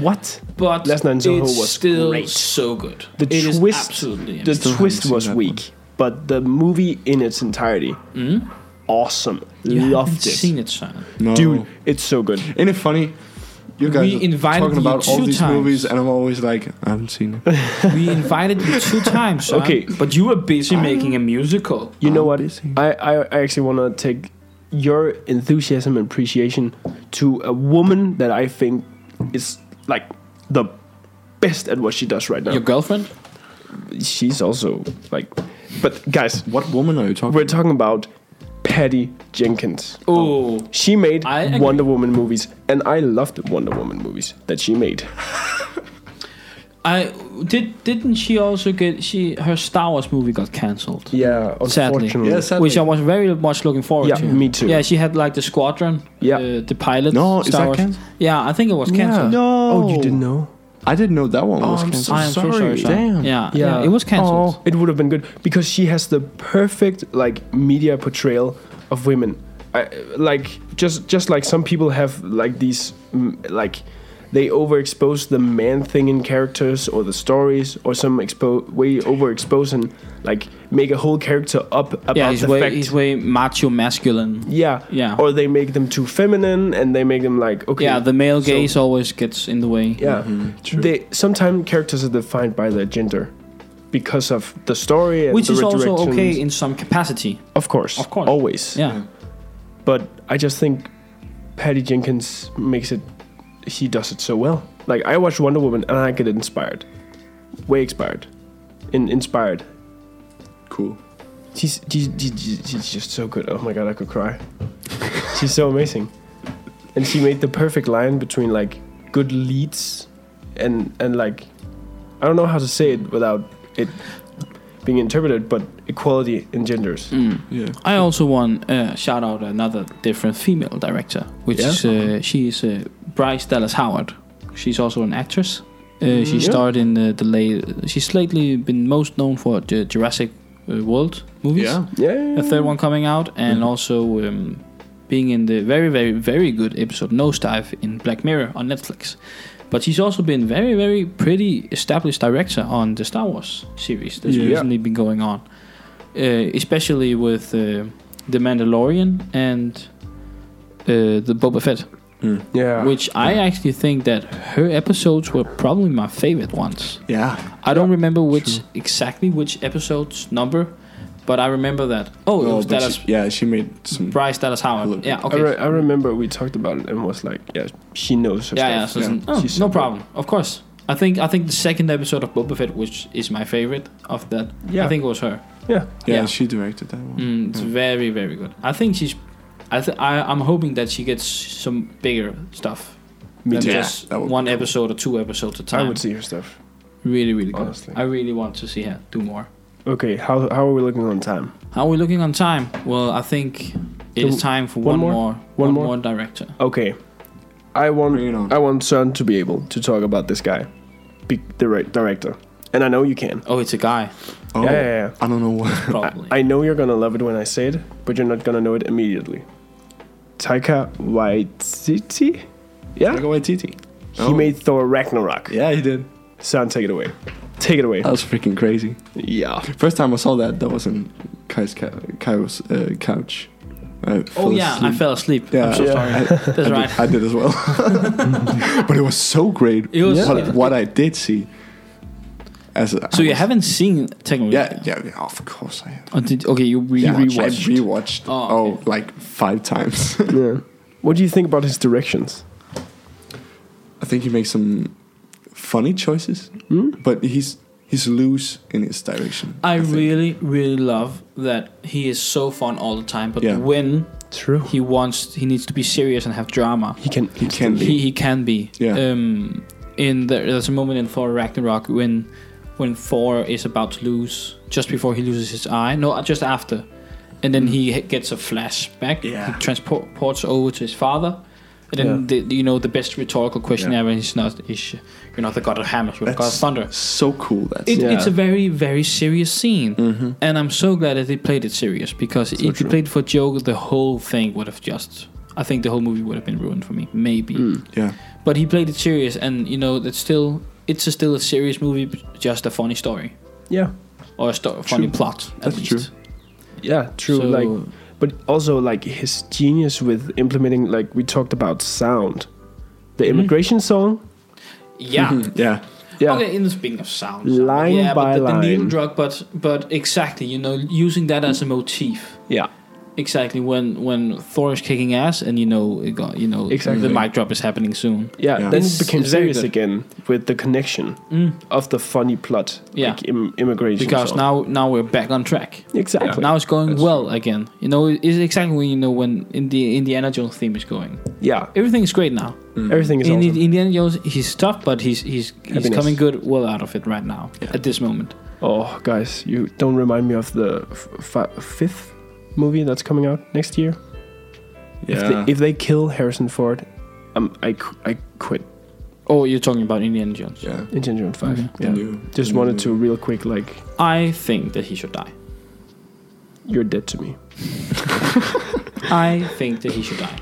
What? but Last Night in Soho it's was still great. so good. The It is twist- absolutely The still haven't twist seen was that weak, but the movie in its entirety, Mm? awesome. You haven't Loved it, seen it, Simon. No. dude. It's so good. Ain't it funny? You guys We are invited talking you about all two these times. movies, and I'm always like, I haven't seen it. we invited you two times. Søren. Okay. But you were busy making a musical. You know I'm what? busy. Um, I, I I actually want to take your enthusiasm and appreciation to a woman that I think is like the best at what she does right now. Your girlfriend? She's also like, but guys, What woman are you talking? we're talking about Patty Jenkins. Oh. She made I agree. Wonder Woman movies, and I loved the Wonder Woman movies that she made. I did didn't she also get she her Star Wars movie got cancelled. Yeah, Sadly. unfortunately. about? Yeah, sadly. Which I was very much looking forward Yeah, to. me too. Yeah, she had like the squadron. Yeah. uh, the pilot. No, Star is that Wars. cancelled? Yeah, I think it was cancelled. No. Oh, you didn't know? I didn't know that one Oh, was I'm canceled. so I am so sorry. Sorry. Oh. Sean. Damn. Yeah, yeah, it was cancelled. It would have been good because she has the perfect like media portrayal of women. I, like just just like some people have like these mm, like they overexpose the man thing in characters or the stories or some expo way overexpose and like make a whole character up about Yeah, he's the way fact. he's way macho masculine. yeah, Yeah. Or they make them too feminine and they make them like okay. Yeah, the male so- gaze always gets in the way. yeah. true. They sometimes characters are defined by their gender because of the story and Which the is also directions. okay in some capacity. Of course. Of course. Always. Yeah. But I just think Patty Jenkins makes it he does it so well. Like I watch Wonder Woman and I get inspired. Way inspired. In inspired. Cool. She's, she's, she's she's just so good. Oh my god, I could cry. she's so amazing. And she made the perfect line between like good leads and and like I don't know how to say it without it being interpreted, but equality in genders. Mm. Yeah. I also want uh, shout out another different female director, which Yeah? is uh, she is uh, Bryce Dallas Howard. She's also an actress. Uh, she Mm-hmm, Yeah. starred in the, the late. She's lately been most known for the Jurassic uh, World movies. Yeah. Yeah. The third one coming out, and also um, being in the very, very, very good episode Nosedive in Black Mirror on Netflix. But she's also been very, very pretty established director on the Star Wars series that's Yeah. recently been going on, uh, especially with uh, the Mandalorian and uh, the Boba Fett, Mm. Yeah. which I actually think that her episodes were probably my favorite ones. Yeah. I don't remember which exactly which episode's number, but I remember that. Oh, it No, was but Dallas she- yeah, she made some. Bryce Dallas Howard. Look, Yeah, I, okay. re- I remember we talked about it and was like, yeah, she knows her yeah, yeah. so stuff. it's an- Yeah. oh, She's no so problem. Of course. I think I think the second episode of Boba Fett, which is my favorite of that, Yeah. I think it was her. Yeah. Yeah, yeah. she directed that one. Mm, it's very very good. I think she's. I th- I I'm hoping that she gets some bigger stuff. Me than too. Just that would be one cool. episode or two episodes at a I time. would see her stuff. Really really good. Honestly. I really want to see her do more. Okay, how, how are we looking on time? How are we looking on time? Well, I think it Do- is time for one one, more? more, One one more? more director. Okay, I want Bring it on. I want Søren to be able to talk about this guy, be the right director, and I know you can. Oh, it's a guy, Oh, Yeah, yeah, yeah. I don't know what. probably. I know you're gonna love it when I say it, but you're not gonna know it immediately. Taika Waititi, yeah, Waititi. he Oh. made Thor Ragnarok. Yeah, Uh. he did. Søren, take it away. Take it away. That was freaking crazy. yeah. First time I saw that, that was in Kai's, ca- Kai's uh, couch. I oh fell yeah, I asleep. fell asleep. Yeah, I'm so yeah. sorry. That's right. I did as well. but it was so great. It was- what, what I did see. As a, So you haven't seen Tekken? Yeah, yeah, yeah, of course I have. Oh, did- okay, you re- Yeah, I rewatched. rewatched. Oh, Oh, okay. like five times. Yeah. What do you think about his directions? I think he makes some funny choices, but he's he's loose in his direction. Hmm? I think. really, really love that he is so fun all the time, but Yeah. when True. he wants, he needs to be serious and have drama. He can. he can be. He, he can be. Yeah. Um, in there, there's a moment in Thor Ragnarok when when Thor is about to lose, just before he loses his eye. No, just after, and then he he gets a flashback. Mm. Yeah. He transports over to his father. And then the, you know the best rhetorical question Yeah. ever is not is you're not the god of hammer, you're the god of That's thunder. so cool. That's It, Yeah. It's a very, very serious scene, and I'm so glad that they played it serious because if Mm-hmm. true. you played for joke, the whole thing would have just. I think the whole movie would have been ruined for me, maybe. yeah, But he played it serious, and you know that's still it's a, still a serious movie, but just a funny story Yeah. or a sto- funny plot at That's least. true. Yeah. True. So- like, but also like his genius with implementing. Like we talked about sound, the Mm-hmm. immigration song. Yeah. Yeah. Yeah. Okay, in the speaking of sound, Line yeah, by but the, the needle line. drug, but but exactly, you know, using that as a motif, Yeah. exactly when when Thor is kicking ass, and you know, it got, you know, Exactly. the mic drop is happening soon. Yeah, Yeah. then That's it became very serious good. again with the connection of the funny plot, Yeah. like Im- immigration. Because song. now now we're back on track. exactly, Now it's going well again. You know, it's exactly when you know when Indi- Indiana Jones theme is going. yeah, Everything is great now. Mm. everything is Indi- awesome. Indiana Jones, he's tough, but he's he's he's Happiness. coming good, well out of it right now at this moment. Oh, guys, you don't remind me of the f- fi- fifth movie that's coming out next year. Yeah. If, they, if they kill Harrison Ford, um, I qu- I quit Oh, you're talking about Indiana Jones. yeah. Indiana Jones Five. Okay. Yeah, New- just new wanted to movie. real quick like I think that he should die. you're dead to me. I think that he should die.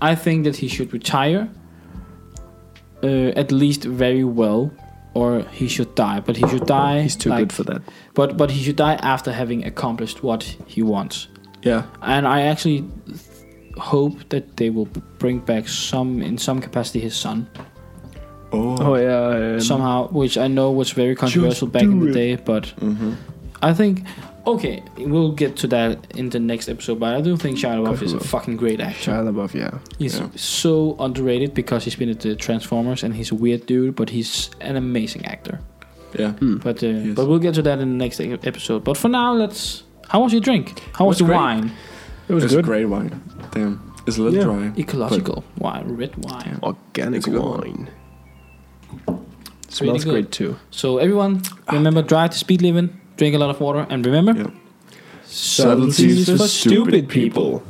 I think that he should retire, uh, at least very well, or he should die. But he should die. He's too Eh, like- good for that. But but he should die after having accomplished what he wants. Yeah. And I actually th- hope that they will bring back some, in some capacity, his son Oh. Oh yeah, um, somehow, which I know was very controversial back in do the it. day. But Mm-hmm. I think. Okay, we'll get to that in the next episode, but I do think Shia LaBeouf is a LaBeouf. fucking great actor. Shia LaBeouf. Yeah, He's Yeah. so underrated because he's been at the Transformers and he's a weird dude, but he's an amazing actor. Yeah. But uh, but we'll get to that in the next e- episode. But for now, let's. How was your drink? How was, was the great. wine? it was It's a good. great wine. Damn. It's a little Yeah. dry. Ecological wine, red wine. Organic It's a good one. wine. Smells good. great too. So everyone, remember drive to speed living, drink a lot of water, and remember Yeah. subtleties for stupid people.